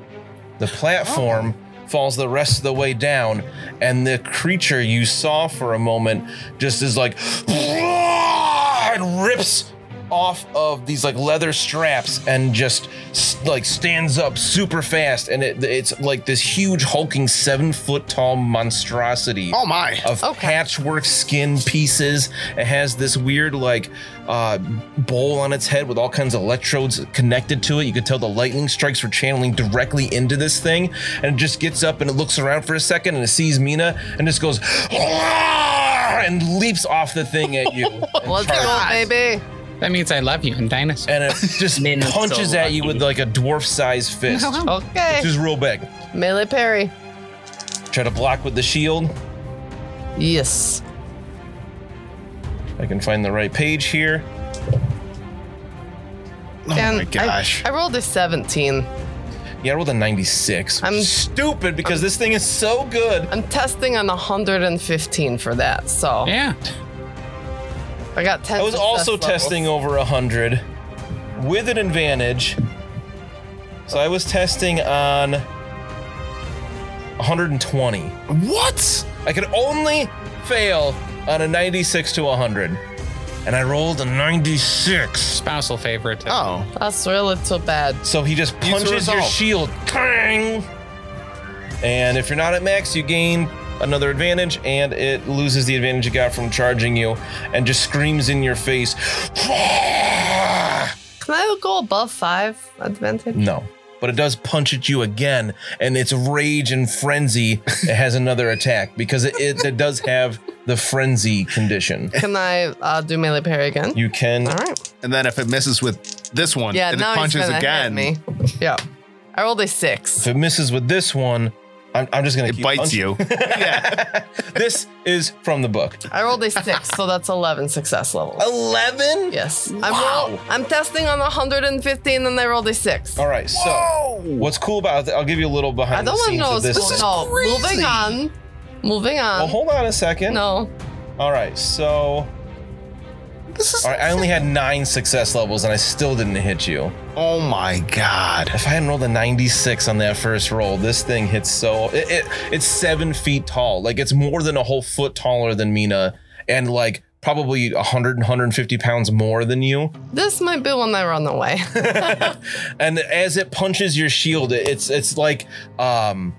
Speaker 3: the platform
Speaker 5: Oh.
Speaker 3: falls the rest of the way down, and the creature you saw for a moment just is like and rips off of these like leather straps and just s- like stands up super fast, and it, it's like this huge hulking seven foot tall monstrosity
Speaker 5: oh my.
Speaker 3: of
Speaker 4: Okay.
Speaker 3: patchwork skin pieces. It has this weird like uh, bowl on its head with all kinds of electrodes connected to it. You could tell the lightning strikes were channeling directly into this thing, and it just gets up and it looks around for a second and it sees Mina and just goes "Roar!" and leaps off the thing at you. and charges.
Speaker 4: Let's go, baby.
Speaker 1: that means I love you and dinosaur.
Speaker 3: And it just
Speaker 6: Mina's so
Speaker 3: punches at you
Speaker 6: lucky.
Speaker 3: with like a dwarf size fist.
Speaker 4: Okay.
Speaker 3: Just real big.
Speaker 4: Melee parry.
Speaker 3: Try to block with the shield.
Speaker 4: Yes.
Speaker 3: I can find the right page here.
Speaker 5: oh my
Speaker 4: And I-
Speaker 5: gosh.
Speaker 4: I, rolled a 17.
Speaker 3: Yeah, I rolled a 96.
Speaker 4: I'm-
Speaker 3: I'm stupid because this thing is so good.
Speaker 4: I'm testing on 115 for that, so
Speaker 1: Yeah.
Speaker 4: I got 10.
Speaker 3: I was
Speaker 4: success
Speaker 3: also
Speaker 4: levels.
Speaker 3: testing over 100 with an advantage. So I was testing on 120.
Speaker 5: What?
Speaker 3: I could only fail on a 96 to 100. And I rolled a 96.
Speaker 2: Spousal favorite.
Speaker 5: Oh,
Speaker 4: That's really too bad.
Speaker 3: So he just punches your
Speaker 5: resolve.
Speaker 3: shield. Tang! And if you're not at max, you gain another advantage, and it loses the advantage you got from charging you and just screams in your face.
Speaker 4: Can I go above five
Speaker 5: Mm.
Speaker 4: advantage?
Speaker 3: No. But it does punch at you again, and its rage and frenzy it has another attack because it, it, it does have the frenzy condition.
Speaker 4: Can I uh, do melee parry again?
Speaker 3: You can
Speaker 4: All right.
Speaker 5: and then if it misses with this one,
Speaker 4: Yeah,
Speaker 5: and it
Speaker 4: now
Speaker 5: punches
Speaker 4: he's gonna
Speaker 5: again,
Speaker 4: hit me. Yeah. I rolled a six.
Speaker 3: if it misses with this one, I'm, I'm just gonna
Speaker 5: it
Speaker 3: keep
Speaker 5: bites
Speaker 3: punching.
Speaker 5: you. yeah.
Speaker 3: This is from the book.
Speaker 4: I rolled a six, so that's 11 success levels.
Speaker 3: Oh, Eleven.
Speaker 4: Yes. I'm, roll- I'm testing on 115 and I rolled a six.
Speaker 3: All right. So
Speaker 5: Oh,
Speaker 3: what's cool about it? I'll give you a little behind
Speaker 4: I don't
Speaker 3: the
Speaker 4: want to
Speaker 3: scenes
Speaker 4: know.
Speaker 3: of this.
Speaker 4: This
Speaker 3: one.
Speaker 4: no, moving on. Moving on.
Speaker 3: Well, hold on a second.
Speaker 4: no.
Speaker 3: All right. So.
Speaker 5: This is.
Speaker 3: All right, I only had nine success levels and I still didn't hit you.
Speaker 5: Oh my god.
Speaker 3: If I hadn't rolled a 96 on that first roll, this thing hits so it, it it's seven feet tall. Like it's more than a whole foot taller than Mina, and like probably 100 150 pounds more than you.
Speaker 4: This might be when I run away.
Speaker 3: And as it punches your shield, it- it's it's like um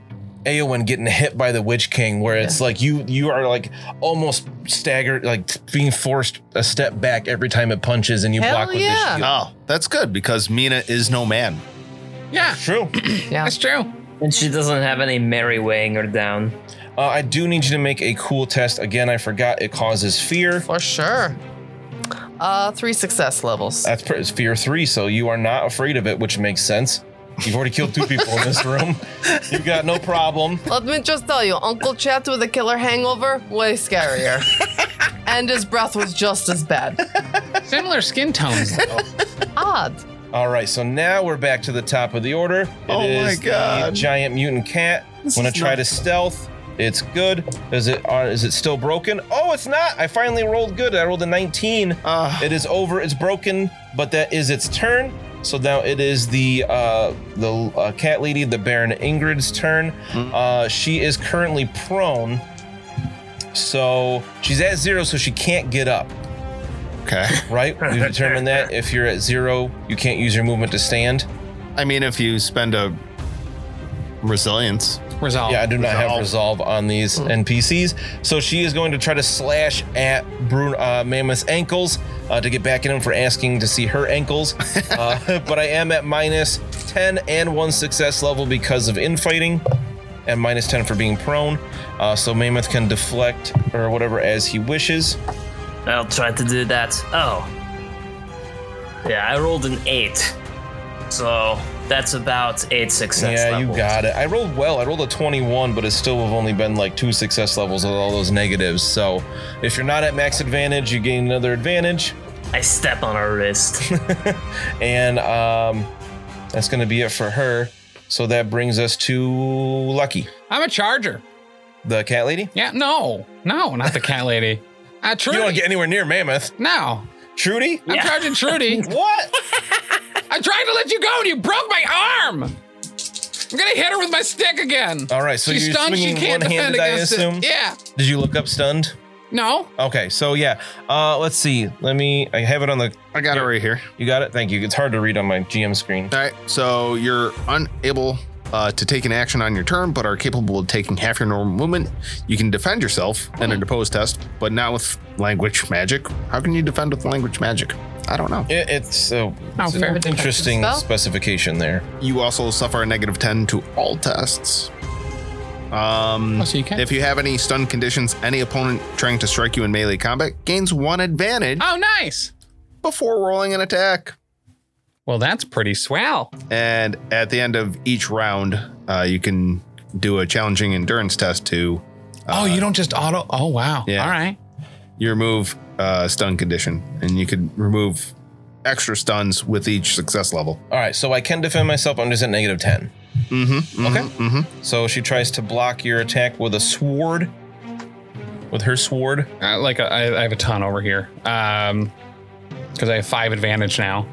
Speaker 3: Aowen getting hit by the Witch King, where it's like you you are like almost staggered, like being forced a step back every time it punches, and you
Speaker 4: Hell
Speaker 3: block with
Speaker 4: yeah.
Speaker 3: the shield.
Speaker 5: Oh, that's good because Mina is no man.
Speaker 1: Yeah,
Speaker 3: True.
Speaker 4: yeah.
Speaker 1: that's true.
Speaker 6: And she doesn't have any Mary weighing her down.
Speaker 3: Uh, I do need you to make a cool test again. I forgot it causes fear.
Speaker 4: For sure. Uh, three success levels.
Speaker 3: That's pr- it's fear three, so you are not afraid of it, which makes sense. You've already killed two people in this room. You've got no problem.
Speaker 4: Let me just tell you, Uncle Chet with a killer hangover, way scarier. and his breath was just as bad.
Speaker 1: Similar skin tones. though.
Speaker 4: Odd.
Speaker 3: All right, so now we're back to the top of the order. It
Speaker 5: Oh my
Speaker 3: is The
Speaker 5: God.
Speaker 3: giant mutant cat. Want to
Speaker 5: is
Speaker 3: try
Speaker 5: not-
Speaker 3: to stealth? It's good. Is it? Uh, is it still broken? Oh, it's not. I finally rolled good. I rolled a 19.
Speaker 5: Uh,
Speaker 3: It is over. It's broken, but that is its turn. So now it is the uh, the uh, cat lady, the Baron Ingrid's turn.
Speaker 5: Hmm.
Speaker 3: Uh, she is currently prone, so she's at zero, so she can't get up.
Speaker 5: okay.
Speaker 3: Right? We've determined that if you're at zero, you can't use your movement to stand.
Speaker 5: I mean, if you spend a resilience,
Speaker 1: Resolve.
Speaker 3: Yeah, I do not have
Speaker 5: Resolve.
Speaker 3: resolve on these NPCs. So she is going to try to slash at Brun- uh, Mammoth's ankles uh, to get back at him for asking to see her ankles. Uh, but I am at minus 10 and one success level because of infighting and minus 10 for being prone. Uh, so Mammoth can deflect or whatever as he wishes.
Speaker 6: I'll try to do that. Oh. Yeah, I rolled an eight. So that's about eight success
Speaker 3: yeah,
Speaker 6: levels.
Speaker 3: you got it. I rolled well. I rolled a 21, but it still have only been like two success levels with all those negatives. So if you're not at max advantage, you gain another advantage.
Speaker 6: I step on her wrist.
Speaker 3: and um, that's going to be it for her. So that brings us to Lucky,
Speaker 1: I'm a charger.
Speaker 3: the cat lady.
Speaker 1: Yeah, no, no, not the cat lady. Uh, Trudy.
Speaker 3: You don't get anywhere near Mammoth.
Speaker 1: no,
Speaker 3: Trudy?
Speaker 1: I'm
Speaker 6: Yeah.
Speaker 1: charging Trudy.
Speaker 3: What?
Speaker 1: I tried to let you go and you broke my arm. I'm gonna hit her with my stick again.
Speaker 3: All right, so
Speaker 1: She's
Speaker 3: you're
Speaker 1: stunned. She
Speaker 3: swinging
Speaker 1: can't defend
Speaker 3: one-handed, I
Speaker 1: against
Speaker 3: assume.
Speaker 1: it. Yeah.
Speaker 3: Did you look up stunned?
Speaker 1: No.
Speaker 3: Okay, so yeah. Uh, let's see. Let me. I have it on the.
Speaker 5: I got it right here.
Speaker 3: You got it. Thank you. It's hard to read on my GM screen.
Speaker 5: All right. So you're unable uh, to take an action on your turn, but are capable of taking half your normal movement. You can defend yourself in an opposed test, but not with language magic. How can you defend with language magic? I don't know.
Speaker 3: It, it's uh,
Speaker 1: Oh,
Speaker 3: it's an
Speaker 1: fair.
Speaker 3: interesting
Speaker 4: Spell?
Speaker 3: specification there.
Speaker 5: You also suffer a negative 10 to all tests. Um,
Speaker 1: Oh, so you can.
Speaker 5: if you have any stun conditions, any opponent trying to strike you in melee combat gains one advantage
Speaker 1: Oh, nice.
Speaker 5: before rolling an attack.
Speaker 1: Well, that's pretty swell.
Speaker 3: Uh,
Speaker 5: And at the end of each round, uh, you can do a challenging endurance test to
Speaker 1: oh, you don't just auto. Oh, wow.
Speaker 5: Yeah.
Speaker 1: All right.
Speaker 5: you remove uh, stun condition, and you could remove extra stuns with each success level.
Speaker 3: All right, so I can defend myself. I'm just at negative 10.
Speaker 5: Mm-hmm.
Speaker 3: Okay. So she tries to block your attack with a sword. with her sword.
Speaker 1: Uh, like a, I, I have a ton over here because I have five advantage now.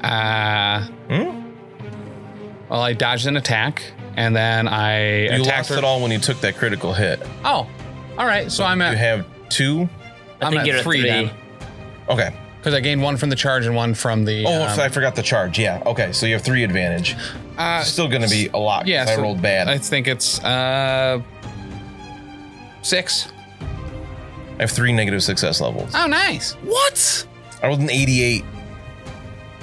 Speaker 1: Uh,
Speaker 3: Hmm?
Speaker 1: Well, I dodged an attack, and then I
Speaker 3: You
Speaker 1: attacked
Speaker 3: lost
Speaker 1: her.
Speaker 3: it all when you took that critical hit.
Speaker 1: Oh, all right. So I'm
Speaker 3: You
Speaker 1: at
Speaker 3: have two.
Speaker 6: I
Speaker 1: I'm
Speaker 6: think
Speaker 1: at
Speaker 6: you're at
Speaker 1: three,
Speaker 6: three.
Speaker 1: then.
Speaker 3: Okay.
Speaker 1: because I gained one from the charge and one from the.
Speaker 3: Oh,
Speaker 1: um,
Speaker 3: I forgot the charge. Yeah. Okay. So you have three advantage.
Speaker 1: uh,
Speaker 3: Still going to be a lot. 'cause
Speaker 1: yeah,
Speaker 3: I
Speaker 1: so
Speaker 3: rolled bad.
Speaker 1: I
Speaker 3: I,
Speaker 1: think it's uh six.
Speaker 3: have three negative success levels.
Speaker 1: Oh, nice.
Speaker 5: What?
Speaker 3: I rolled an 88.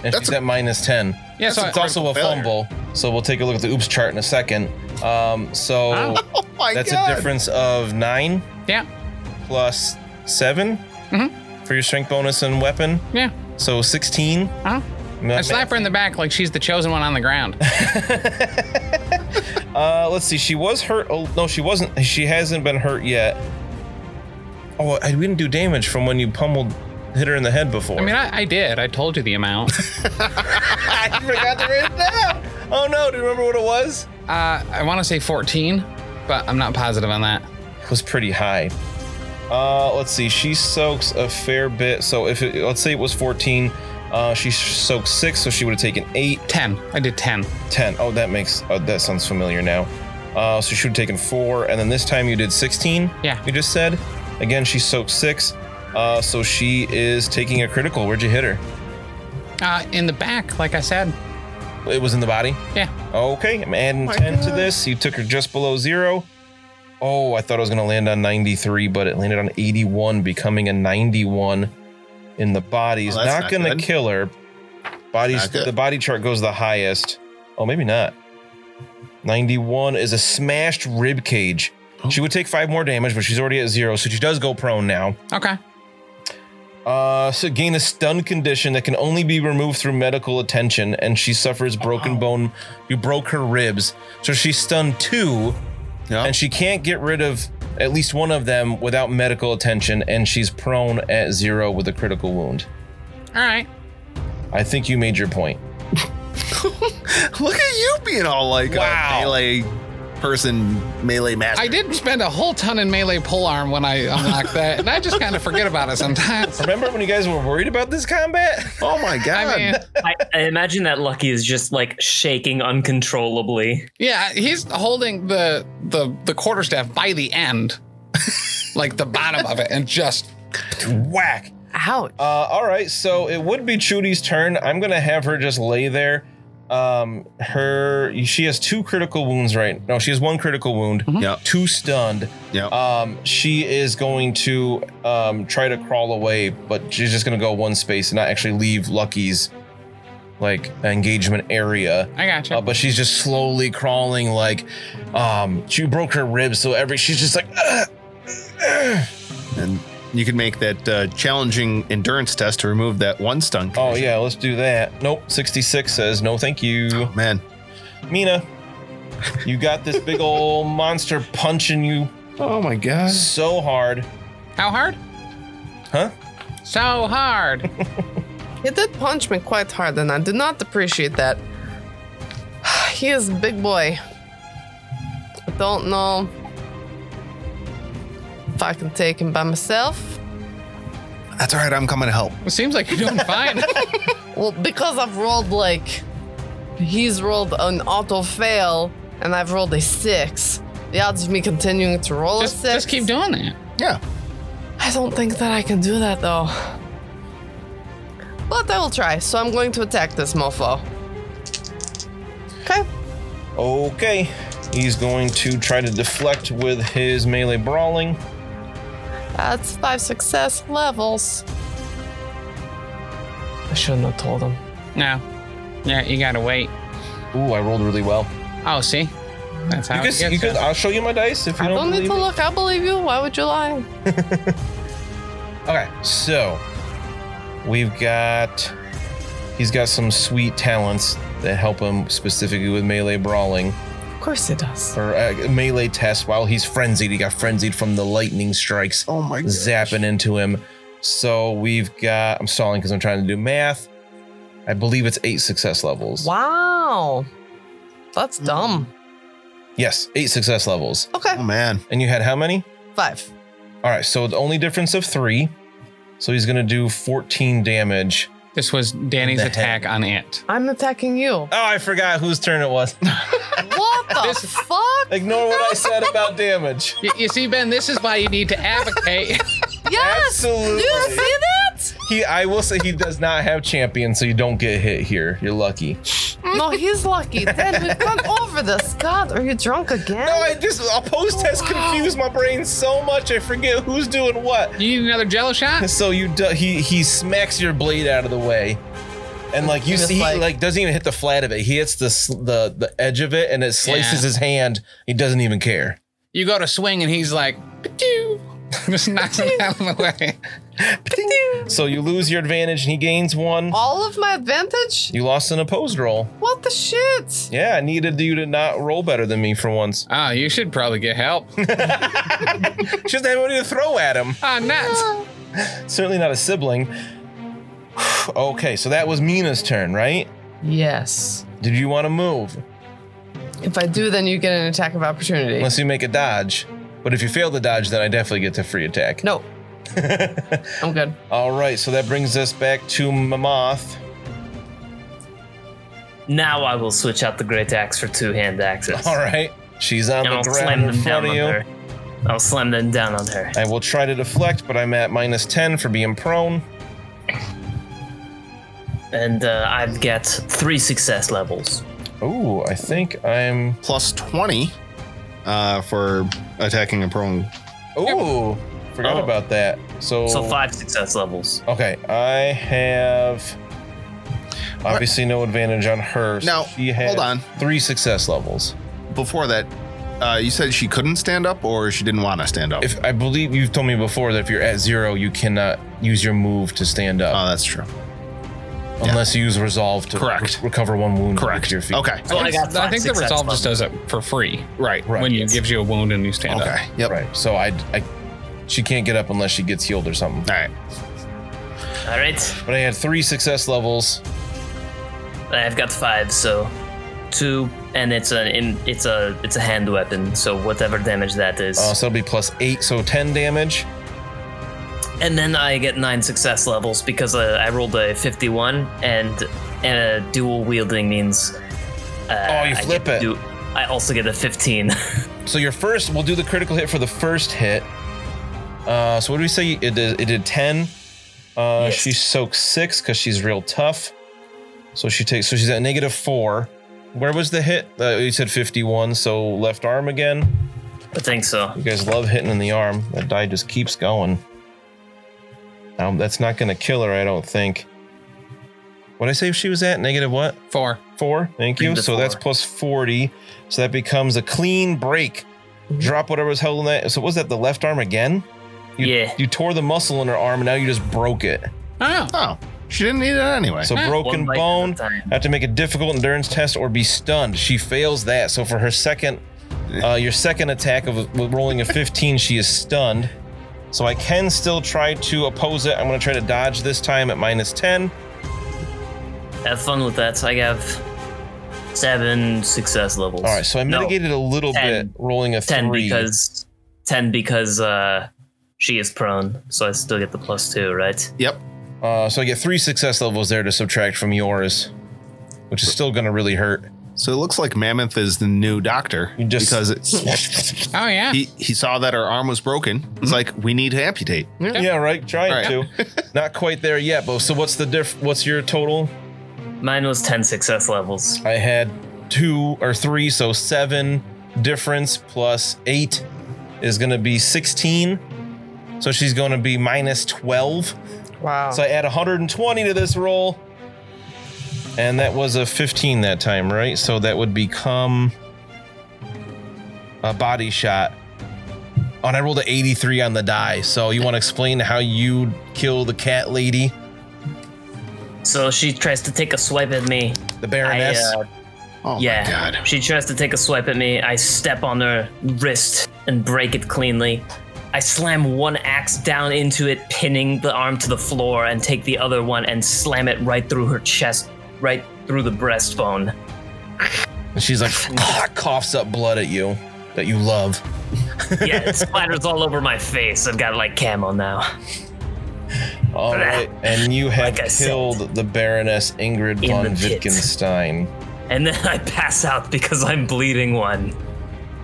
Speaker 3: And
Speaker 5: That's
Speaker 3: she's
Speaker 5: a-
Speaker 3: at minus 10.
Speaker 1: Yeah, so
Speaker 3: it's
Speaker 1: I-
Speaker 3: also a
Speaker 5: failure.
Speaker 3: fumble. So we'll take a look at the oops chart in a second. Um, so
Speaker 5: Oh my
Speaker 3: that's
Speaker 5: god.
Speaker 3: a difference of nine
Speaker 1: yeah,
Speaker 3: plus seven
Speaker 1: Mhm.
Speaker 3: for your strength bonus and weapon.
Speaker 1: yeah.
Speaker 3: So 16.
Speaker 1: Huh? I slap her in the back like she's the chosen one on the ground.
Speaker 3: Uh, let's see. She was hurt. Oh, no, she wasn't. She hasn't been hurt yet. Oh, I we didn't do damage from when you pummeled, hit her in the head before.
Speaker 1: I mean, I, I did. I told you the amount.
Speaker 3: I forgot to write it down. Oh no! Do you remember what it was?
Speaker 1: Uh, I want to say 14, but I'm not positive on that.
Speaker 3: It was pretty high. Uh, let's see. She soaks a fair bit. So if it, let's say it was 14, uh, she soaks six, so she would have taken eight,
Speaker 1: 10. I did 10.
Speaker 3: 10. Oh, that makes oh, that sounds familiar now. Uh, so she would have taken four, and then this time you did 16.
Speaker 1: Yeah.
Speaker 3: You just said. Again, she soaked six. Uh, so she is taking a critical. Where'd you hit her?
Speaker 1: Uh, in the back, like I said.
Speaker 3: It was in the body.
Speaker 1: Yeah.
Speaker 3: Okay, I'm adding 10 to this. You took her just below zero. Oh, I thought I was going to land on 93, but it landed on 81, becoming a 91 in the bodies.
Speaker 5: Oh, that's
Speaker 3: not
Speaker 5: not
Speaker 3: going
Speaker 5: good.
Speaker 3: to kill her. Bodies,
Speaker 5: Not good.
Speaker 3: the body chart goes the highest. Oh, maybe not. 91 is a smashed rib cage.
Speaker 5: Oh.
Speaker 3: She would take five more damage, but she's already at zero, so she does go prone now.
Speaker 1: Okay.
Speaker 3: Uh, so gain a stun condition that can only be removed through medical attention, and she suffers broken bone. You broke her ribs, so she's stunned two,
Speaker 5: Yeah.
Speaker 3: and she can't get rid of at least one of them without medical attention, and she's prone at zero with a critical wound.
Speaker 1: All right.
Speaker 3: I think you made your point.
Speaker 5: Look at you being all like
Speaker 3: Wow.
Speaker 5: a melee person, melee master.
Speaker 1: I did spend a whole ton in melee pole arm when I unlocked that, and I just kind of forget about it sometimes.
Speaker 3: Remember when you guys were worried about this combat?
Speaker 5: Oh my god.
Speaker 1: I mean,
Speaker 6: I, I imagine that Lucky is just like shaking uncontrollably.
Speaker 1: yeah, he's holding the the the quarterstaff by the end, like the bottom of it, and just
Speaker 3: Whack.
Speaker 4: Ouch.
Speaker 3: Uh, all right, so it would be Chudi's turn. I'm gonna have her just lay there. Um, her she has two critical wounds right. No, she has one critical wound.
Speaker 5: Yeah.
Speaker 3: Two stunned.
Speaker 5: yeah.
Speaker 3: Um, she is going to um, try to crawl away, but she's just gonna go one space and not actually leave Lucky's like engagement area.
Speaker 1: I gotcha.
Speaker 3: Uh, but she's just slowly crawling, like um, she broke her ribs, so every she's just like. "Ugh, ugh."
Speaker 5: and you can make that uh, challenging endurance test to remove that one stun.
Speaker 3: Oh
Speaker 5: condition.
Speaker 3: yeah, let's do that. Nope, sixty six says no, thank you.
Speaker 5: man.
Speaker 3: Mina, you got this big old monster punching you
Speaker 5: Oh my god.
Speaker 3: so hard.
Speaker 1: How hard?
Speaker 3: Huh?
Speaker 1: So hard.
Speaker 4: He did punch me quite hard, and I did not appreciate that. He is a big boy. I don't know if I can take him by myself.
Speaker 5: That's all right. I'm coming to help.
Speaker 1: It seems like you're doing fine.
Speaker 4: Well, because I've rolled like. He's rolled an auto fail, and I've rolled a six. The odds of me continuing to roll a
Speaker 1: just,
Speaker 4: six.
Speaker 1: just keep doing that.
Speaker 5: Yeah.
Speaker 4: I don't think that I can do that though. But I will try. So I'm going to attack this mofo. Okay.
Speaker 3: Okay, he's going to try to deflect with his melee brawling.
Speaker 4: That's five success levels. I shouldn't have told him.
Speaker 1: No. Yeah, you gotta wait.
Speaker 3: Ooh, I rolled really well.
Speaker 1: Oh, see? That's how
Speaker 3: You
Speaker 1: it
Speaker 3: guys,
Speaker 1: gets
Speaker 3: you guys,
Speaker 1: us.
Speaker 3: I'll show you my dice if you
Speaker 4: I
Speaker 3: don't,
Speaker 4: don't need
Speaker 3: believe
Speaker 4: to
Speaker 3: it.
Speaker 4: look. I believe you. Why would you lie?
Speaker 3: Okay, so we've got. He's got some sweet talents that help him specifically with melee brawling.
Speaker 4: Of course he does.
Speaker 3: or a melee test while he's frenzied. He got frenzied from the lightning strikes. Oh my god. Zapping into him. So we've got I'm stalling because I'm trying to do math. I believe it's eight success levels.
Speaker 4: Wow. That's dumb.
Speaker 3: Yes, eight success levels.
Speaker 4: Okay.
Speaker 5: Oh man.
Speaker 3: And you had how many?
Speaker 4: Five.
Speaker 3: All right, so the only difference of three. So he's going to do 14 damage.
Speaker 2: This was Danny's
Speaker 3: The
Speaker 2: attack on Ant.
Speaker 4: I'm attacking you.
Speaker 3: Oh, I forgot whose turn it was.
Speaker 4: What the fuck?
Speaker 3: Ignore what I said about damage.
Speaker 2: You, you see, Ben, this is why you need to advocate.
Speaker 4: Yes! Do you
Speaker 3: Absolutely.
Speaker 4: see that?
Speaker 3: He, I will say he does not have champion, so you don't get hit here. You're lucky.
Speaker 4: No, he's lucky. Dan, we've gone over this. God, are you drunk again?
Speaker 3: No, I just a post has confused my brain so much I forget who's doing what.
Speaker 2: you need another jello shot?
Speaker 3: So you do, he he smacks your blade out of the way, and like you
Speaker 4: And it's
Speaker 3: see,
Speaker 4: like-
Speaker 3: he like doesn't even hit the flat of it. He hits the sl- the the edge of it, and it slices
Speaker 2: Yeah.
Speaker 3: his hand. He doesn't even care.
Speaker 2: You go to swing, and he's like, "Pachoo." just knocks him out of the way.
Speaker 3: So you lose your advantage, and he gains one.
Speaker 4: All of my advantage?
Speaker 3: You lost an opposed roll.
Speaker 4: What the shit?
Speaker 3: Yeah, I needed you to not roll better than me for once.
Speaker 1: Ah,
Speaker 2: Oh, you should probably get help.
Speaker 3: She doesn't have anybody to throw at him.
Speaker 2: Ah, nuts.
Speaker 3: Certainly not a sibling. okay, so that was Mina's turn, right?
Speaker 4: Yes.
Speaker 3: Did you want to move?
Speaker 4: If I do, then you get an attack of opportunity.
Speaker 3: Unless you make a dodge. But if you fail the dodge, then I definitely get to free attack.
Speaker 4: No. I'm good.
Speaker 3: All right, so that brings us back to Mammoth.
Speaker 6: Now I will switch out the great axe for two hand axes.
Speaker 3: All right, she's on
Speaker 6: And I'll
Speaker 3: the ground
Speaker 6: slam
Speaker 3: in
Speaker 6: them
Speaker 3: front
Speaker 6: down
Speaker 3: of
Speaker 6: on
Speaker 3: you.
Speaker 6: her. I'll slam them down on her.
Speaker 3: I will try to deflect, but I'm at minus 10 for being prone.
Speaker 6: And uh, I've got three success levels.
Speaker 3: Ooh, I think I'm.
Speaker 5: Plus 20 uh, for attacking a prone.
Speaker 3: Ooh, forgot
Speaker 6: Oh.
Speaker 3: about that. So,
Speaker 6: So five success levels.
Speaker 3: Okay, I have obviously no advantage on her. so
Speaker 5: Now,
Speaker 3: she had
Speaker 5: hold on.
Speaker 3: Three success levels.
Speaker 5: Before that, uh, you said she couldn't stand up or she didn't want to stand up.
Speaker 3: If I believe you've told me before that if you're at zero, you cannot use your move to stand up
Speaker 5: oh, that's true. Uh,
Speaker 3: unless you use resolve to
Speaker 5: Correct.
Speaker 3: re- recover one wound.
Speaker 5: Correct.
Speaker 3: Your feet. Oh,
Speaker 5: Okay.
Speaker 6: So I, got
Speaker 2: I
Speaker 6: five
Speaker 2: think the
Speaker 6: success
Speaker 2: resolve just
Speaker 6: levels.
Speaker 2: does it for free
Speaker 5: Right.
Speaker 3: Right.
Speaker 2: when you gives you a wound and you stand up.
Speaker 5: Okay. Yep.
Speaker 3: Right. So I, I, she can't get up unless she gets healed or something.
Speaker 5: All right.
Speaker 6: All right,
Speaker 3: But I had three success levels.
Speaker 6: I've got five, so two, and it's an in- it's a it's a hand weapon. So whatever damage that is,
Speaker 3: Uh, so it'll be plus eight, so ten damage.
Speaker 6: and then I get nine success levels because uh, I rolled a fifty-one, and and a dual wielding means. Uh,
Speaker 3: Oh, you
Speaker 6: I
Speaker 3: flip
Speaker 6: get
Speaker 3: it.
Speaker 6: du- I also get a fifteen.
Speaker 3: So your first, we'll do the critical hit for the first hit. Uh, so what do we say? It did, it did ten. Uh,
Speaker 6: Yes.
Speaker 3: She soaks six because she's real tough. So she takes. So she's at negative four. Where was the hit? Uh, you said fifty-one. So left arm again.
Speaker 6: I think so.
Speaker 3: You guys love hitting in the arm. That die just keeps going. Um, that's not gonna kill her, I don't think. What did I say she was at? Negative what?
Speaker 2: Four.
Speaker 3: Four. Thank you.
Speaker 6: Negative
Speaker 3: So that's
Speaker 6: four.
Speaker 3: plus 40. So that becomes a clean break. Drop whatever was held in that. So was that the left arm again? You,
Speaker 6: Yeah.
Speaker 3: You tore the muscle in her arm and now you just broke it.
Speaker 2: Oh,
Speaker 5: Oh, she didn't need it anyway.
Speaker 3: So
Speaker 5: So,
Speaker 3: broken
Speaker 6: One bite at a
Speaker 3: bone.
Speaker 6: time.
Speaker 3: Have to make a difficult endurance test or be stunned. She fails that. So for her second, uh, your second attack of with rolling a 15, she is stunned. So I can still try to oppose it. I'm going to try to dodge this time at minus 10.
Speaker 6: Have fun with that. I have seven success levels.
Speaker 3: All right. So I
Speaker 6: No,
Speaker 3: mitigated a little
Speaker 6: 10.
Speaker 3: bit, rolling a
Speaker 6: ten
Speaker 3: three.
Speaker 6: because ten because uh, she is prone, so I still get the plus two, right?
Speaker 5: yep.
Speaker 3: Uh, so I get three success levels there to subtract from yours, which is still going to really hurt.
Speaker 5: So it looks like Mammoth is the new doctor
Speaker 3: You just-
Speaker 5: because it's,
Speaker 2: oh yeah.
Speaker 5: he he saw that her arm was broken. It's like we need to amputate.
Speaker 3: Mm-hmm. Yeah, right. Trying
Speaker 5: All
Speaker 3: to. Not quite there yet, but so what's the diff? What's your total?
Speaker 6: Mine was ten success levels.
Speaker 3: I had two or three, so seven difference plus eight is going to be sixteen. So she's going to be minus twelve.
Speaker 4: Wow.
Speaker 3: So I add 120 to this roll. And that was a 15 that time, right? So that would become a body shot. Oh, and I rolled an 83 on the die. So you want to explain how you kill the cat lady,
Speaker 6: So she tries to take a swipe at me.
Speaker 3: the
Speaker 6: I,
Speaker 3: Baroness?
Speaker 6: uh,
Speaker 5: Oh
Speaker 6: yeah,
Speaker 5: my god.
Speaker 6: she tries to take a swipe at me. I step on her wrist and break it cleanly. I slam one axe down into it, pinning the arm to the floor, and take the other one and slam it right through her chest, right through the breastbone.
Speaker 3: "Ah," and she's like, coughs up blood at you that you love.
Speaker 6: yeah, it splatters all over my face. I've got like camel now.
Speaker 3: All right, and you have
Speaker 6: Like I said.
Speaker 3: killed the Baroness Ingrid
Speaker 6: In
Speaker 3: von
Speaker 6: the pit.
Speaker 3: Wittgenstein.
Speaker 6: And then I pass out because I'm bleeding one.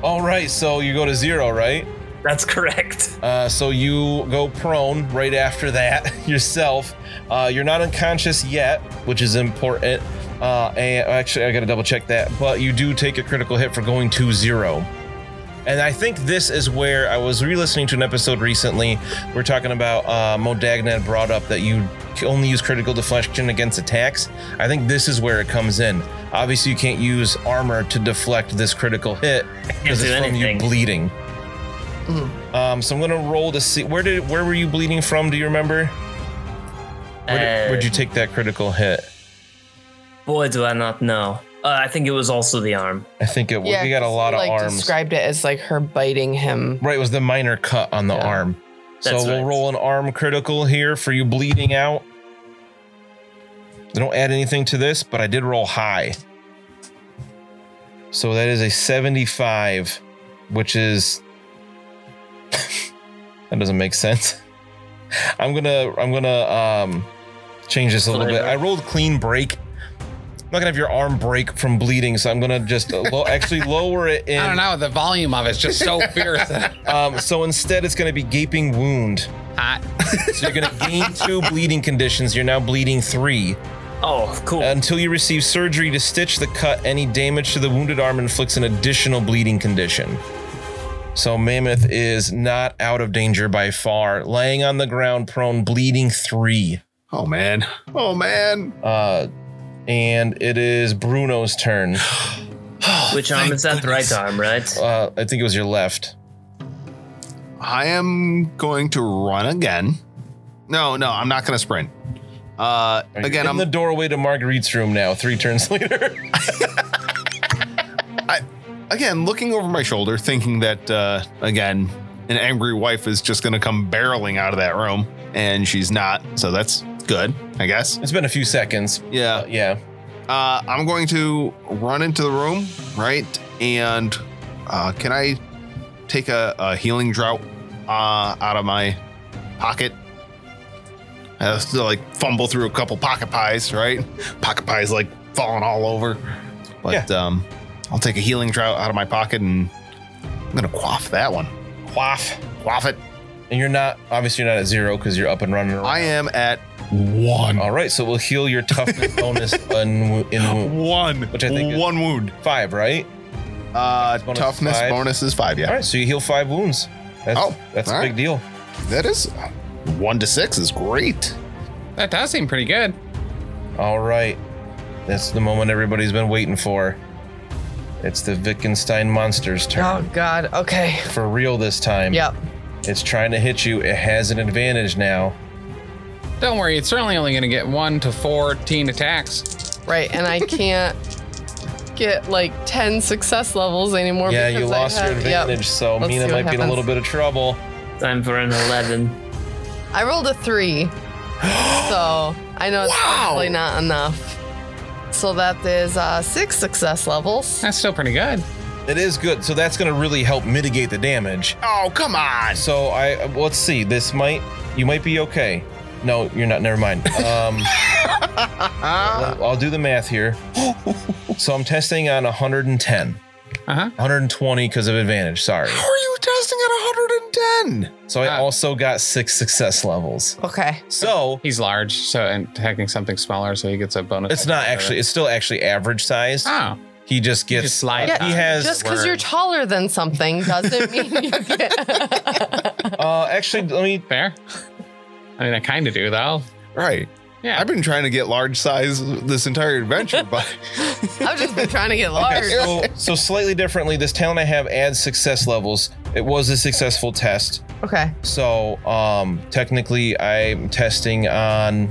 Speaker 3: All right, so you go to zero, right?
Speaker 6: That's correct.
Speaker 3: Uh, so you go prone right after that yourself. Uh, you're not unconscious yet, which is important. Uh, and actually, I gotta double check that. But you do take a critical hit for going to zero. And I think this is where I was re-listening to an episode recently. We're talking about uh, Modagna brought up that you only use critical deflection against attacks. I think this is where it comes in. Obviously, you can't use armor to deflect this critical hit because
Speaker 6: do
Speaker 3: it's from you
Speaker 6: anything.
Speaker 3: bleeding. Um, so I'm gonna roll to see where did where were you bleeding from? Do you remember? Where did,
Speaker 6: Uh,
Speaker 3: where'd you take that critical hit?
Speaker 6: Boy, do I not know. Uh, I think it was also the arm.
Speaker 3: I think it was. we got a
Speaker 4: 'cause he,
Speaker 3: lot of
Speaker 4: like,
Speaker 3: arms.
Speaker 4: Described it as like her biting him.
Speaker 3: Right, it was the minor cut on the
Speaker 4: Yeah.
Speaker 3: arm. So
Speaker 6: Mm-hmm. That's
Speaker 3: we'll
Speaker 6: right.
Speaker 3: roll an arm critical here for you bleeding out. I don't add anything to this, but I did roll high. So that is a 75, which is that doesn't make sense. I'm gonna I'm gonna um change this a little bit.
Speaker 6: Flavor.
Speaker 3: I rolled clean break. I'm not gonna have your arm break from bleeding, so I'm gonna just uh, lo- actually lower it in.
Speaker 1: I don't know. The volume of it's just so fierce. Hot.
Speaker 3: Um, so instead, it's going to be gaping wound. So you're going to gain two bleeding conditions. You're now bleeding three.
Speaker 6: Oh, cool.
Speaker 3: Until you receive surgery to stitch the cut, any damage to the wounded arm inflicts an additional bleeding condition. So Mammoth is not out of danger by far, laying on the ground prone, bleeding three.
Speaker 5: Oh man. Oh man.
Speaker 3: Uh, and it is Bruno's turn.
Speaker 6: Which arm is that? The Right arm, right?
Speaker 3: Uh, I think it was your left.
Speaker 5: I am going to run again. No, no, I'm not going to sprint. Uh,
Speaker 3: Are you
Speaker 5: again,
Speaker 3: in
Speaker 5: I'm
Speaker 3: the doorway to Marguerite's room now, three turns later.
Speaker 5: again looking over my shoulder, thinking that uh, again an angry wife is just going to come barreling out of that room, and she's not. So that's good, I guess.
Speaker 3: it's been a few seconds.
Speaker 5: Yeah.
Speaker 3: Uh, yeah.
Speaker 5: Uh, I'm going to run into the room, right? And uh, can I take a, a healing drought uh, out of my pocket? I have to like fumble through a couple pocket pies, right? Pocket pies like falling all over. But um, I'll take a healing drought out of my pocket and I'm going to quaff that one.
Speaker 3: Quaff.
Speaker 5: Quaff it.
Speaker 3: And you're not obviously you're not at zero because you're up and running. Around.
Speaker 5: I am at one.
Speaker 3: All right, so we'll heal your toughness bonus in, wo- in wo-
Speaker 5: One.
Speaker 3: Which I think is-
Speaker 5: one wound.
Speaker 3: five, right?
Speaker 5: Uh,
Speaker 3: Bonus
Speaker 5: toughness
Speaker 3: five.
Speaker 5: bonus is five. Yeah.
Speaker 3: All right, so you heal five wounds. That's,
Speaker 5: Oh,
Speaker 3: that's a
Speaker 5: all
Speaker 3: big
Speaker 5: right.
Speaker 3: deal.
Speaker 5: That is one to six is great.
Speaker 1: That does seem pretty good.
Speaker 3: All right, that's the moment everybody's been waiting for. It's the Wittgenstein monster's turn.
Speaker 4: Oh God. Okay.
Speaker 3: For real this time.
Speaker 4: Yep.
Speaker 3: It's trying to hit you. It has an advantage now.
Speaker 1: Don't worry, it's certainly only going to get one to fourteen attacks.
Speaker 4: Right. And I can't get like ten success levels anymore.
Speaker 3: yeah, you
Speaker 4: because I
Speaker 3: lost your
Speaker 4: have- yep.
Speaker 3: advantage, so
Speaker 4: Let's
Speaker 3: Mina
Speaker 4: see what
Speaker 3: might be in a
Speaker 4: happens.
Speaker 3: little bit of trouble.
Speaker 6: Time for an 11.
Speaker 4: I rolled a three, so I know it's probably not enough. So that is uh, six success levels.
Speaker 1: That's still pretty good.
Speaker 3: It is good, so that's going to really help mitigate the damage.
Speaker 5: Oh, come on.
Speaker 3: So I uh, let's see. This might you might be okay. No, you're not. Never mind. Um, I'll I'll do the math here. So I'm testing on 110,
Speaker 6: Uh-huh.
Speaker 1: Uh huh.
Speaker 3: 120 because of advantage. Sorry.
Speaker 5: How are you testing at 110?
Speaker 3: So I
Speaker 1: Ah.
Speaker 3: also got six success levels.
Speaker 4: Okay.
Speaker 3: So
Speaker 1: He's large, so and attacking something smaller, so he gets a bonus.
Speaker 3: it's not actually. It's still actually average size.
Speaker 1: Oh,
Speaker 3: He just
Speaker 1: you
Speaker 3: gets.
Speaker 1: just slide.
Speaker 4: Yeah,
Speaker 3: he has.
Speaker 4: Just because you're
Speaker 1: word.
Speaker 4: taller than something doesn't mean you get.
Speaker 3: Uh, actually, let me.
Speaker 1: fair. I mean, I kind of do though.
Speaker 5: Right.
Speaker 1: Yeah.
Speaker 5: I've been trying to get large size this entire adventure, but
Speaker 4: I've just been trying to get large.
Speaker 3: So, so slightly differently, this talent I have adds success levels. It was a successful test.
Speaker 4: Okay.
Speaker 3: So, um, technically, I'm testing on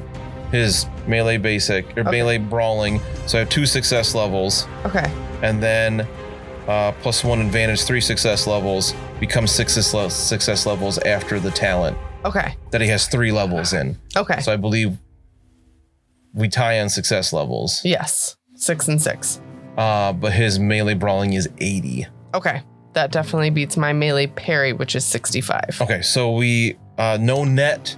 Speaker 3: his melee basic or
Speaker 4: Okay.
Speaker 3: melee brawling. So I have two success levels,
Speaker 4: Okay.
Speaker 3: and then uh, plus one advantage, three success levels becomes six success- success levels after the talent
Speaker 4: Okay.
Speaker 3: that he has three levels in.
Speaker 4: Okay.
Speaker 3: So I believe we tie on success levels.
Speaker 4: yes. Six and six.
Speaker 3: Uh, but his melee brawling is 80.
Speaker 4: Okay. that definitely beats my melee parry, which is 65.
Speaker 2: Oh,
Speaker 3: Okay, so we uh, no net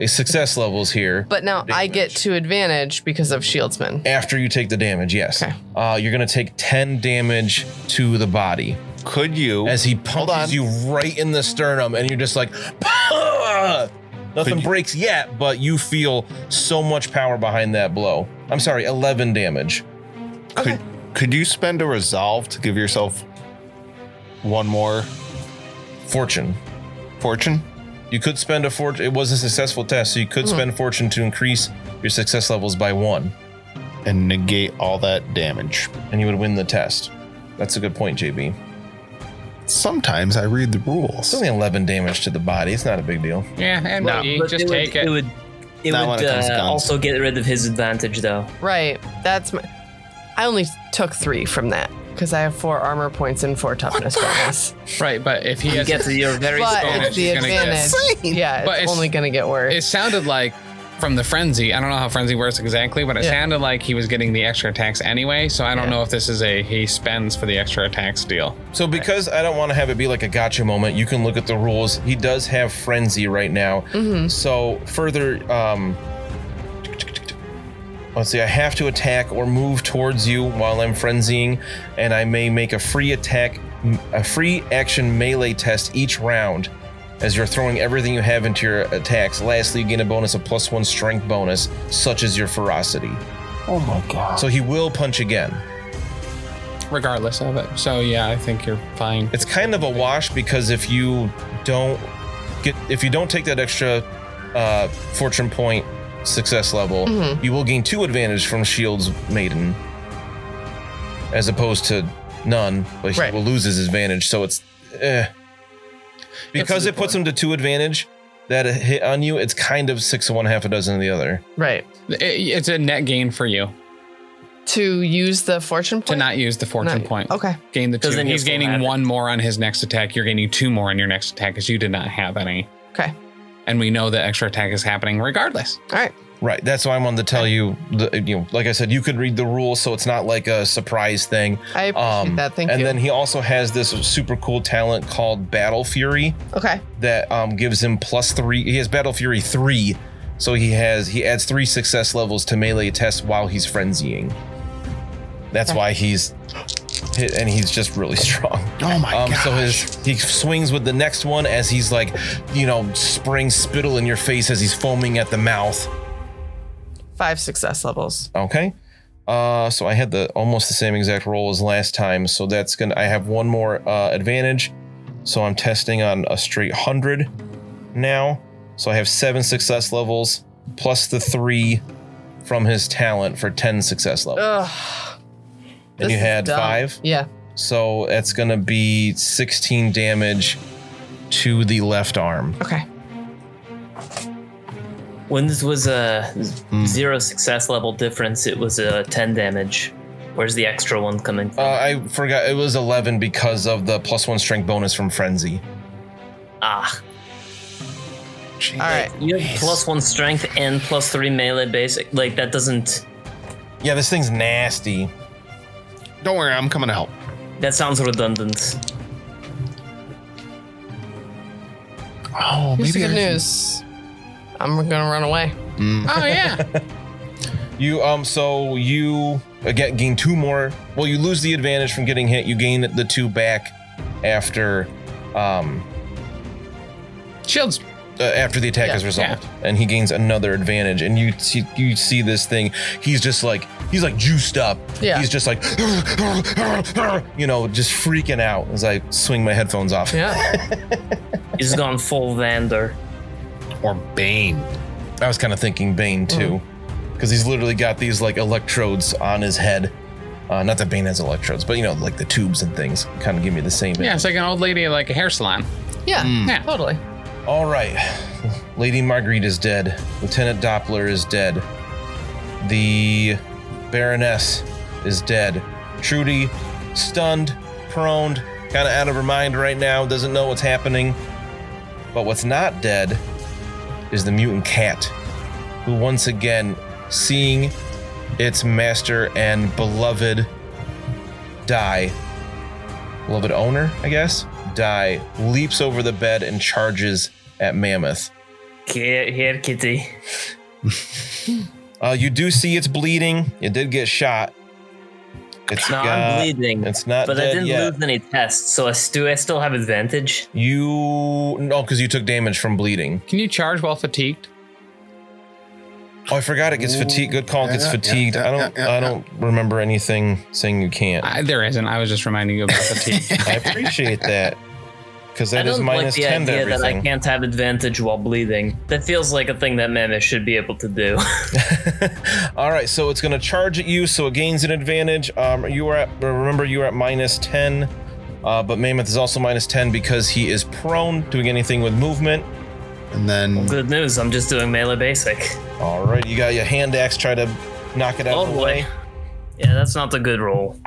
Speaker 3: uh, success levels here.
Speaker 4: But now I get to advantage because of Shieldsman.
Speaker 3: After you take the damage, yes,
Speaker 4: Okay.
Speaker 3: uh, you're gonna take ten damage to the body
Speaker 5: Could you?
Speaker 3: as he
Speaker 5: on.
Speaker 3: punches you right in the sternum, and you're just like, "Pah!" nothing
Speaker 5: Could you-
Speaker 3: breaks yet, but you feel so much power behind that blow. I'm sorry, eleven damage.
Speaker 5: could, could you spend a resolve to give yourself one more
Speaker 3: Fortune.
Speaker 5: fortune?
Speaker 3: You could spend a fortune. It was a successful test, so you could spend fortune to increase your success levels by one,
Speaker 5: and negate all that damage.
Speaker 3: and you would win the test. That's a good point, JB.
Speaker 5: Sometimes I read the rules.
Speaker 3: It's only 11 damage to the body. It's not a big deal.
Speaker 2: Yeah, and
Speaker 6: Well,
Speaker 2: you
Speaker 6: but
Speaker 2: just
Speaker 6: it would-
Speaker 2: take it.
Speaker 6: It would, it
Speaker 5: Not when
Speaker 6: would
Speaker 5: it comes to
Speaker 6: uh,
Speaker 5: guns.
Speaker 6: also get rid of his advantage, though.
Speaker 4: Right. That's my. I only took three from that because I have four armor points and four toughness bonus.
Speaker 2: right, but if he
Speaker 6: You
Speaker 2: has,
Speaker 6: get to your very
Speaker 4: But
Speaker 2: bonus,
Speaker 4: it's the
Speaker 2: he's gonna get-
Speaker 4: advantage. Yeah, it's,
Speaker 2: But it's-
Speaker 4: only going to get worse.
Speaker 2: it sounded like from the frenzy. I don't know how frenzy works exactly, but it
Speaker 4: Yeah.
Speaker 2: sounded like he was getting the extra attacks anyway. So I don't
Speaker 4: Yeah.
Speaker 2: know if this is a he spends for the extra attacks deal.
Speaker 3: So, because I don't want to have it be like a gotcha moment, you can look at the rules. He does have frenzy right now.
Speaker 5: Mm-hmm.
Speaker 3: So, further, um, let's see, I have to attack or move towards you while I'm frenzying, and I may make a free attack, a free action melee test each round. As you're throwing everything you have into your attacks, lastly, you gain a bonus of plus one strength bonus, such as your ferocity.
Speaker 5: Oh my god.
Speaker 3: So he will punch again.
Speaker 2: regardless of it. So yeah, I think you're fine.
Speaker 3: it's kind of a wash because if you don't get if you don't take that extra uh, fortune point success level you will gain two advantage from shields maiden as opposed to none but
Speaker 4: Right.
Speaker 3: he will lose his advantage so it's eh. because it
Speaker 2: good
Speaker 3: puts him to two advantage that a hit on you it's kind of six of one half a dozen of the other
Speaker 4: right.
Speaker 2: It- it's a net gain for you
Speaker 4: To use the fortune point?
Speaker 2: to not use the fortune
Speaker 4: Not-
Speaker 2: point.
Speaker 4: Okay.
Speaker 2: Gain the two.
Speaker 6: Because then you
Speaker 2: He's
Speaker 6: still
Speaker 2: gaining
Speaker 6: have it.
Speaker 2: one more on his next attack. You're gaining two more on your next attack because you did not have any.
Speaker 4: Okay.
Speaker 2: And we know the extra attack is happening regardless.
Speaker 4: All right.
Speaker 3: right that's why i wanted to tell you the, you know like i said you could read the rules so it's not like a surprise thing
Speaker 4: I appreciate
Speaker 2: Um,
Speaker 4: that. Thank
Speaker 3: Um, and
Speaker 4: you.
Speaker 3: then he also has this super cool talent called Battle Fury
Speaker 4: okay.
Speaker 3: that um, gives him plus three. He has Battle Fury three, so he has he adds three success levels to melee tests while he's frenzying. That's why he's hit, and he's just really strong.
Speaker 5: Oh my
Speaker 3: Um,
Speaker 5: gosh.
Speaker 3: so his he swings with the next one as he's like, you know, spraying spittle in your face as he's foaming at the mouth.
Speaker 4: Five success levels.
Speaker 3: Okay. Uh, so I had the almost the same exact roll as last time. So that's gonna. I have one more uh, advantage. So I'm testing on a straight hundred now. So I have seven success levels plus the three from his talent for ten success levels.
Speaker 4: Ugh.
Speaker 3: and
Speaker 4: this
Speaker 3: you
Speaker 4: is
Speaker 3: had
Speaker 4: dumb.
Speaker 3: five.
Speaker 4: Yeah.
Speaker 3: So that's gonna be sixteen damage to the left arm.
Speaker 4: Okay.
Speaker 6: When this was a
Speaker 3: Hmm.
Speaker 6: zero success level difference, it was a 10 damage. Where's the extra one coming
Speaker 3: Uh,
Speaker 6: from?
Speaker 3: I forgot it was eleven because of the plus one strength bonus from frenzy.
Speaker 6: ah,
Speaker 4: All right.
Speaker 6: you have plus one strength and plus three melee basic. Like, that doesn't.
Speaker 3: Yeah, this thing's nasty.
Speaker 5: Don't worry, I'm coming to help.
Speaker 6: That sounds redundant.
Speaker 5: Oh,
Speaker 4: Here's the good news. I'm going to run away.
Speaker 2: Oh yeah.
Speaker 3: You um so you again gain two more. Well, you lose the advantage from getting hit. You gain the two back after um
Speaker 2: Shields.
Speaker 3: uh, after the attack
Speaker 4: Yeah,
Speaker 3: is resolved. And he gains another advantage and you see you see this thing. He's just like he's like juiced up.
Speaker 4: Yeah.
Speaker 3: He's just like you know, just freaking out as I swing my headphones off.
Speaker 4: Yeah.
Speaker 6: He's gone full Vander.
Speaker 5: Or Bane.
Speaker 3: I was kind of thinking Bane too,
Speaker 4: Mm-hmm.
Speaker 3: because he's literally got these like electrodes on his head. Uh, not that Bane has electrodes, but you know, like the tubes and things kind of give me the same.
Speaker 2: Yeah, it's like an old lady at, like a hair salon.
Speaker 4: Yeah.
Speaker 3: Hmm.
Speaker 2: Yeah.
Speaker 4: Totally.
Speaker 3: All right. Lady Marguerite is dead. Lieutenant Doppler is dead. The Baroness is dead. Trudy, stunned, prone, kind of out of her mind right now, doesn't know what's happening. But what's not dead is the mutant cat, who once again, seeing its master and beloved die, beloved owner, I guess, die, leaps over the bed and charges at Mammoth.
Speaker 6: Here, here, kitty.
Speaker 3: Uh, you do see it's bleeding. It did get shot. It's
Speaker 6: No,
Speaker 3: got-
Speaker 6: I'm bleeding.
Speaker 3: It's not
Speaker 6: But I
Speaker 3: dead
Speaker 6: didn't
Speaker 3: yet.
Speaker 6: lose any tests, so I, stu- I still have advantage.
Speaker 3: You no, because you took damage from bleeding.
Speaker 1: Can you charge while fatigued?
Speaker 3: Oh, I forgot it gets fatigued. Good call. It gets
Speaker 5: Yeah, yeah,
Speaker 3: fatigued.
Speaker 5: yeah,
Speaker 3: I don't.
Speaker 5: yeah, yeah,
Speaker 3: I don't remember anything saying you can't.
Speaker 1: I, there isn't. I was just reminding you about fatigue.
Speaker 3: I appreciate that because
Speaker 6: I
Speaker 3: that is
Speaker 6: don't like
Speaker 3: minus
Speaker 6: the
Speaker 3: ten to
Speaker 6: idea that I
Speaker 3: everything.
Speaker 6: can't have advantage while bleeding. That feels like a thing that mammoth should be able to do.
Speaker 3: All right, so it's going to charge at you, so it gains an advantage. Um, you are at remember you are at minus ten, uh, but Mammoth is also minus ten because he is prone, doing anything with movement.
Speaker 5: And then
Speaker 6: Good news, I'm just doing melee basic.
Speaker 3: All right, you got your hand axe. Try to knock it out
Speaker 6: Oh
Speaker 3: of the way.
Speaker 6: boy. Yeah, that's not the good roll.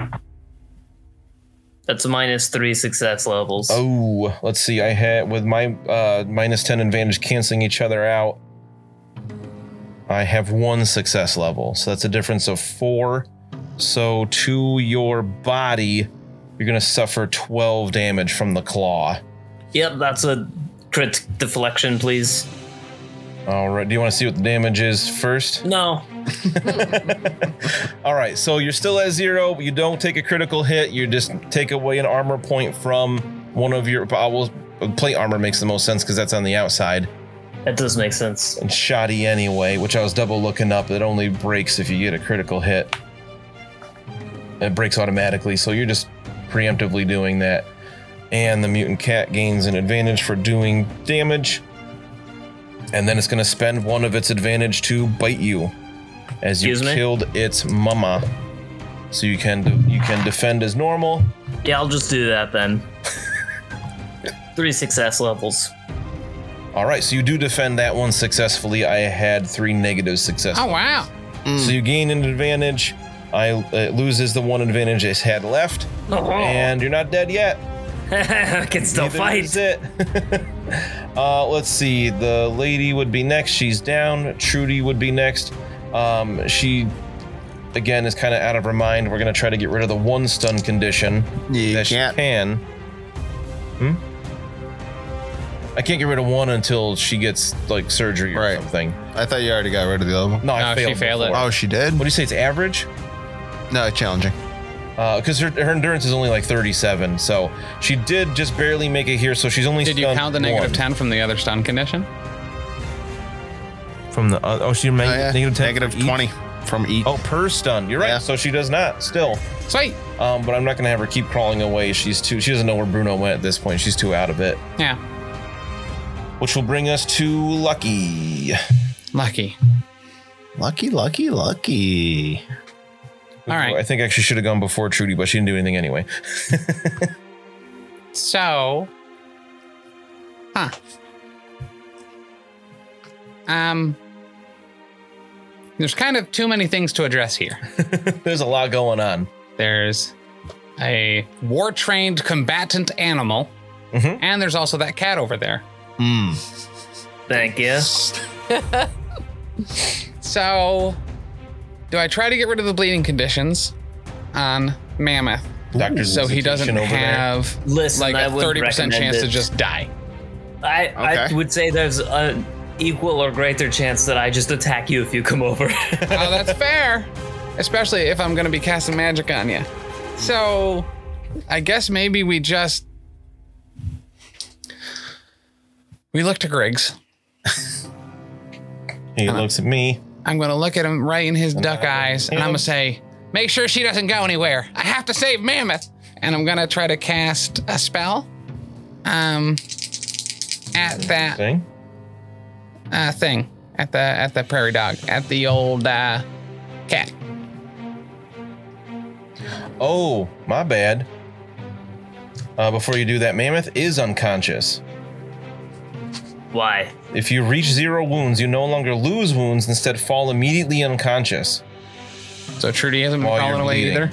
Speaker 6: That's minus three success levels.
Speaker 3: Oh, let's see. I had with my uh, minus ten advantage canceling each other out. I have one success level, so that's a difference of four. So to your body, you're gonna suffer twelve damage from the claw.
Speaker 6: Yep, that's a crit deflection, please.
Speaker 3: All right. Do you want to see what the damage is first?
Speaker 6: No.
Speaker 3: All right. So you're still at zero. but You don't take a critical hit. You just take away an armor point from one of your. I will. Plate armor makes the most sense because that's on the outside.
Speaker 6: That does make sense.
Speaker 3: and shoddy anyway, which I was double looking up. It only breaks if you get a critical hit. It breaks automatically, so you're just preemptively doing that. And the mutant cat gains an advantage for doing damage. And then it's going to spend one of its advantage to bite you as you
Speaker 6: Excuse me?
Speaker 3: killed its mama. So you can you can defend as normal.
Speaker 6: Yeah, I'll just do that then. three success levels.
Speaker 3: All right, so you do defend that one successfully. I had three negative successes.
Speaker 1: oh wow!
Speaker 3: So you gain an advantage. I it loses the one advantage it's had left, and you're not dead yet.
Speaker 6: I can still
Speaker 3: Neither
Speaker 6: fight.
Speaker 3: is it. uh, let's see. The lady would be next. She's down. Trudy would be next. Um, she again is kind of out of her mind. We're gonna try to get rid of the one stun condition
Speaker 5: you
Speaker 3: that
Speaker 5: can't.
Speaker 3: she can. Hmm. I can't get rid of one until she gets like surgery or
Speaker 5: Right.
Speaker 3: something.
Speaker 5: I thought you already got rid of the other one.
Speaker 3: No, I
Speaker 1: No, she
Speaker 3: failed.
Speaker 1: failed it.
Speaker 3: before.
Speaker 5: Oh, she did?
Speaker 3: What do you say? It's average.
Speaker 5: No, challenging.
Speaker 3: because Uh, her, her endurance is only like 37 so she did just barely make it here so she's only
Speaker 1: Did you
Speaker 3: stunned
Speaker 1: count the negative
Speaker 3: one.
Speaker 1: ten from the other stun condition?
Speaker 3: from the uh, oh she made
Speaker 5: Oh, yeah.
Speaker 3: negative 10
Speaker 5: Negative
Speaker 3: each?
Speaker 5: 20 from each.
Speaker 3: oh per stun you're right
Speaker 5: Yeah.
Speaker 3: so she does not still
Speaker 1: Sweet.
Speaker 3: um, but i'm not gonna have her keep crawling away she's too she doesn't know where bruno went at this point she's too out of it
Speaker 1: Yeah.
Speaker 3: which will bring us to lucky
Speaker 1: Lucky.
Speaker 5: Lucky, lucky, lucky.
Speaker 1: All right.
Speaker 3: i think actually should have gone before trudy but she didn't do anything anyway
Speaker 1: So, huh? Um, there's kind of too many things to address here.
Speaker 3: there's a lot going on
Speaker 1: There's a war-trained combatant animal,
Speaker 3: Mhm.
Speaker 1: and there's also that cat over there.
Speaker 5: Mm.
Speaker 6: Thank you.
Speaker 1: So, do I try to get rid of the bleeding conditions on Mammoth
Speaker 3: Doctor
Speaker 1: so he doesn't have
Speaker 6: Listen,
Speaker 1: like
Speaker 6: I
Speaker 1: a
Speaker 6: wouldn't
Speaker 1: thirty percent
Speaker 6: recommend
Speaker 1: chance
Speaker 6: it.
Speaker 1: to just die?
Speaker 6: I, I
Speaker 5: Okay.
Speaker 6: would say there's an equal or greater chance that I just attack you if you come over.
Speaker 1: oh, that's fair. Especially if I'm going to be casting magic on you. So, I guess maybe we just. We look to Griggs.
Speaker 3: he looks at me
Speaker 1: I'm going to look at him right in his duck eyes, and I'm going to say, make sure she doesn't go anywhere. I have to save Mammoth. And I'm going to try to cast a spell um, at that
Speaker 3: thing
Speaker 1: uh, thing, at the at the prairie dog, at the old uh, cat.
Speaker 3: Oh, my bad. Uh, before you do that, Mammoth is unconscious.
Speaker 6: Why?
Speaker 3: If you reach zero wounds, you no longer lose wounds, instead, fall immediately unconscious.
Speaker 1: So Trudy hasn't been
Speaker 3: While you're
Speaker 1: crawling away
Speaker 3: bleeding.
Speaker 1: either.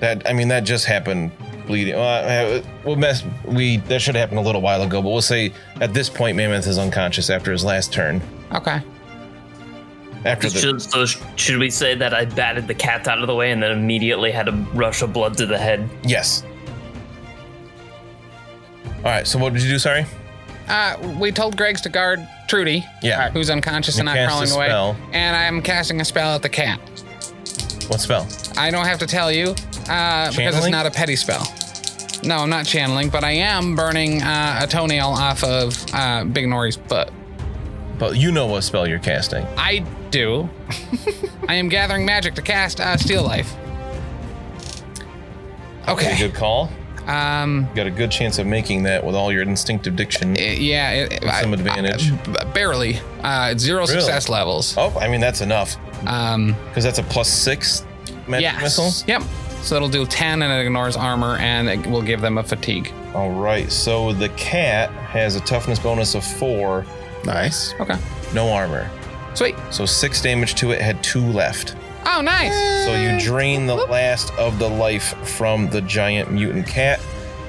Speaker 3: That, I mean, that just happened. Bleeding. Well, I- I- we'll mess. We that should have happened a little while ago, but we'll say at this point, Mammoth is unconscious after his last turn.
Speaker 1: Okay.
Speaker 3: After the,
Speaker 6: Should, so sh- should we say that I batted the cat out of the way and then immediately had a rush of blood to the head?
Speaker 3: yes, All right. So what did you do? Sorry.
Speaker 1: Uh, we told Greg's to guard Trudy, uh,
Speaker 3: Yeah.
Speaker 1: who's unconscious and
Speaker 3: You
Speaker 1: not
Speaker 3: cast
Speaker 1: crawling
Speaker 3: a
Speaker 1: away.
Speaker 3: spell.
Speaker 1: And I'm casting a spell at the cat.
Speaker 3: What spell?
Speaker 1: I don't have to tell you uh, because it's
Speaker 3: Channeling?
Speaker 1: not a petty spell. No, I'm not channeling, but I am burning uh, a toenail off of uh, Big Nori's foot.
Speaker 3: But you know what spell you're casting.
Speaker 1: I do. I am gathering magic to cast uh, Steel Life.
Speaker 3: A
Speaker 1: Okay.
Speaker 3: good call.
Speaker 1: Um.
Speaker 3: You got a good chance of making that with all your instinctive diction.
Speaker 1: i- Yeah. It, it- I-
Speaker 3: some advantage.
Speaker 1: I- b- barely. Uh, zero success levels.
Speaker 3: oh, I mean that's enough
Speaker 1: Um.
Speaker 3: because that's a plus six magic
Speaker 1: Yes.
Speaker 3: missile.
Speaker 1: Yep. So it'll do 10 and it ignores armor and it will give them a fatigue.
Speaker 3: All right. So the cat has a toughness bonus of four,
Speaker 5: Nice.
Speaker 1: Okay.
Speaker 3: no armor.
Speaker 1: Sweet.
Speaker 3: So six damage to it. Had two left.
Speaker 1: Oh, nice.
Speaker 3: So you drain the last of the life from the giant mutant cat.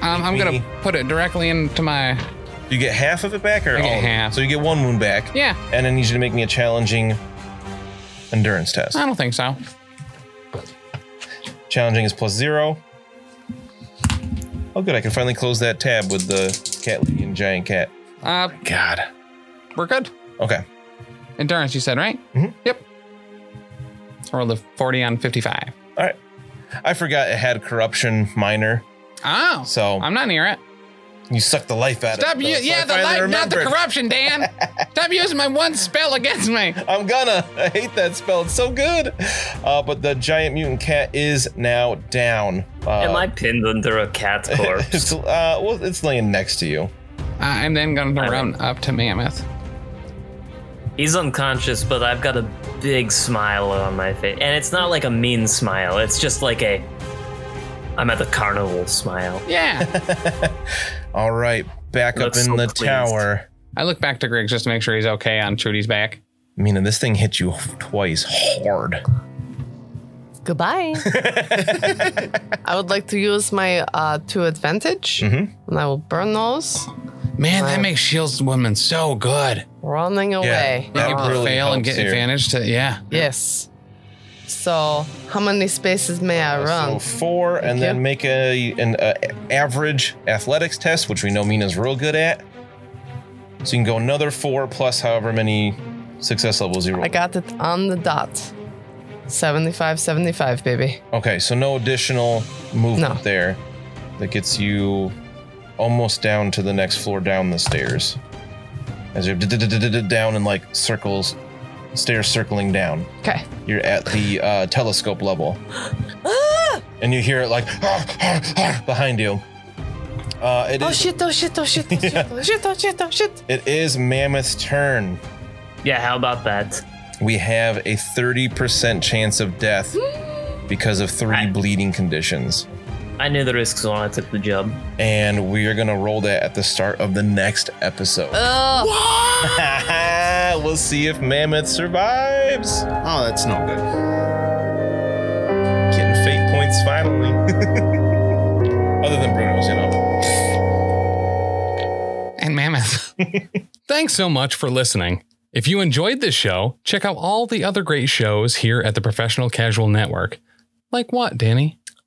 Speaker 1: Um, I'm going
Speaker 3: Me.
Speaker 1: to put it directly into my.
Speaker 3: You get half of it back, or
Speaker 1: I get
Speaker 3: all of it?
Speaker 1: half.
Speaker 3: So you get one wound back.
Speaker 1: Yeah.
Speaker 3: And I need you to make me a challenging endurance test.
Speaker 1: I don't think so.
Speaker 3: Challenging is plus zero. Oh, good. I can finally close that tab with the cat lady and giant cat.
Speaker 1: Uh,
Speaker 5: God.
Speaker 1: we're good.
Speaker 3: Okay.
Speaker 1: Endurance, you said, right? Mm-hmm. Yep. Roll the 40 on 55.
Speaker 3: All right. I forgot it had corruption minor,
Speaker 1: Oh.
Speaker 3: so
Speaker 1: I'm not near it.
Speaker 3: you suck the life out
Speaker 1: Stop
Speaker 3: of it.
Speaker 1: you.
Speaker 3: though, so I
Speaker 1: Yeah, the light,
Speaker 3: finally
Speaker 1: not the
Speaker 3: remembered.
Speaker 1: corruption, Dan. Stop using my one spell against me. Uh,
Speaker 3: I'm gonna. I hate that spell. It's so good. Uh, but the giant mutant cat is now down. Uh,
Speaker 6: Am I pinned under a cat corpse?
Speaker 3: It's, uh, well, it's laying next to you.
Speaker 1: Uh, I'm then going to run up to Mammoth.
Speaker 6: He's unconscious, but I've got a big smile on my face. And it's not like a mean smile, it's just like a I'm at the carnival smile.
Speaker 1: Yeah.
Speaker 3: All right, back up
Speaker 6: Looks
Speaker 3: in
Speaker 6: so
Speaker 3: the
Speaker 6: pleased.
Speaker 3: tower.
Speaker 1: I look back to Griggs just to make sure he's okay on Trudy's back.
Speaker 3: Mina, this thing hit you twice hard.
Speaker 4: Goodbye. I would like to use my uh, two advantage,
Speaker 3: Mm-hmm.
Speaker 4: and I will burn those.
Speaker 1: Man, that makes Shields Woman so good.
Speaker 4: Running away.
Speaker 3: That
Speaker 1: People
Speaker 3: really
Speaker 1: fail and
Speaker 3: helps
Speaker 1: get
Speaker 3: here.
Speaker 1: advantage to yeah.
Speaker 4: Yes. So, how many spaces may I
Speaker 3: So
Speaker 4: run?
Speaker 3: four, and
Speaker 4: you.
Speaker 3: then make a an uh, average athletics test, which we know Mina's real good at. So you can go another four plus however many success levels you roll.
Speaker 4: I got it on the dot. 75, 75, baby.
Speaker 3: Okay, so no additional movement
Speaker 4: No.
Speaker 3: there. That gets you almost down to the next floor down the stairs. As you're d-d-d-d-d-d down in like circles, stairs circling down.
Speaker 4: Okay.
Speaker 3: You're at the uh, telescope level. and you hear it like behind you. Uh, it,
Speaker 4: Oh
Speaker 3: is,
Speaker 4: shit, oh shit, oh shit, oh shit, oh shit, oh shit, oh shit.
Speaker 3: it is Mammoth's turn.
Speaker 6: Yeah, how about that?
Speaker 3: We have a 30% chance of death because of three bleeding conditions.
Speaker 6: I knew the risks when I took the job.
Speaker 3: and we are gonna roll that at the start of the next episode. we'll see if Mammoth survives.
Speaker 5: Oh, that's no good.
Speaker 3: Getting fate points finally. Other than Bruno's, you know.
Speaker 1: And Mammoth.
Speaker 2: Thanks so much for listening. If you enjoyed this show, check out all the other great shows here at the Professional Casual Network. Like what, Danny?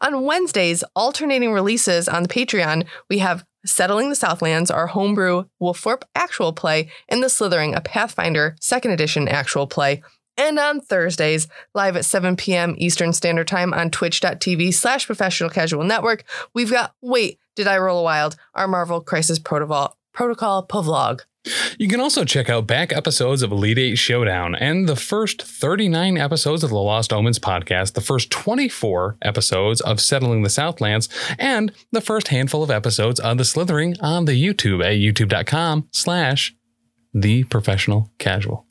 Speaker 4: On Wednesdays, alternating releases on the Patreon, we have Settling the Southlands, our homebrew Wolforp actual play, and The Slithering, a Pathfinder second edition actual play. And on Thursdays, live at 7 p.m. Eastern Standard Time on twitch.tv slash professional casual network, we've got Wait, Did I Roll a Wild? Our Marvel Crisis Protocol, Protocol Povlog.
Speaker 2: You can also check out back episodes of Elite Eight Showdown and the first 39 episodes of the Lost Omens podcast, the first 24 episodes of Settling the Southlands, and the first handful of episodes of The Slithering on the YouTube at youtube.com slash the professional casual.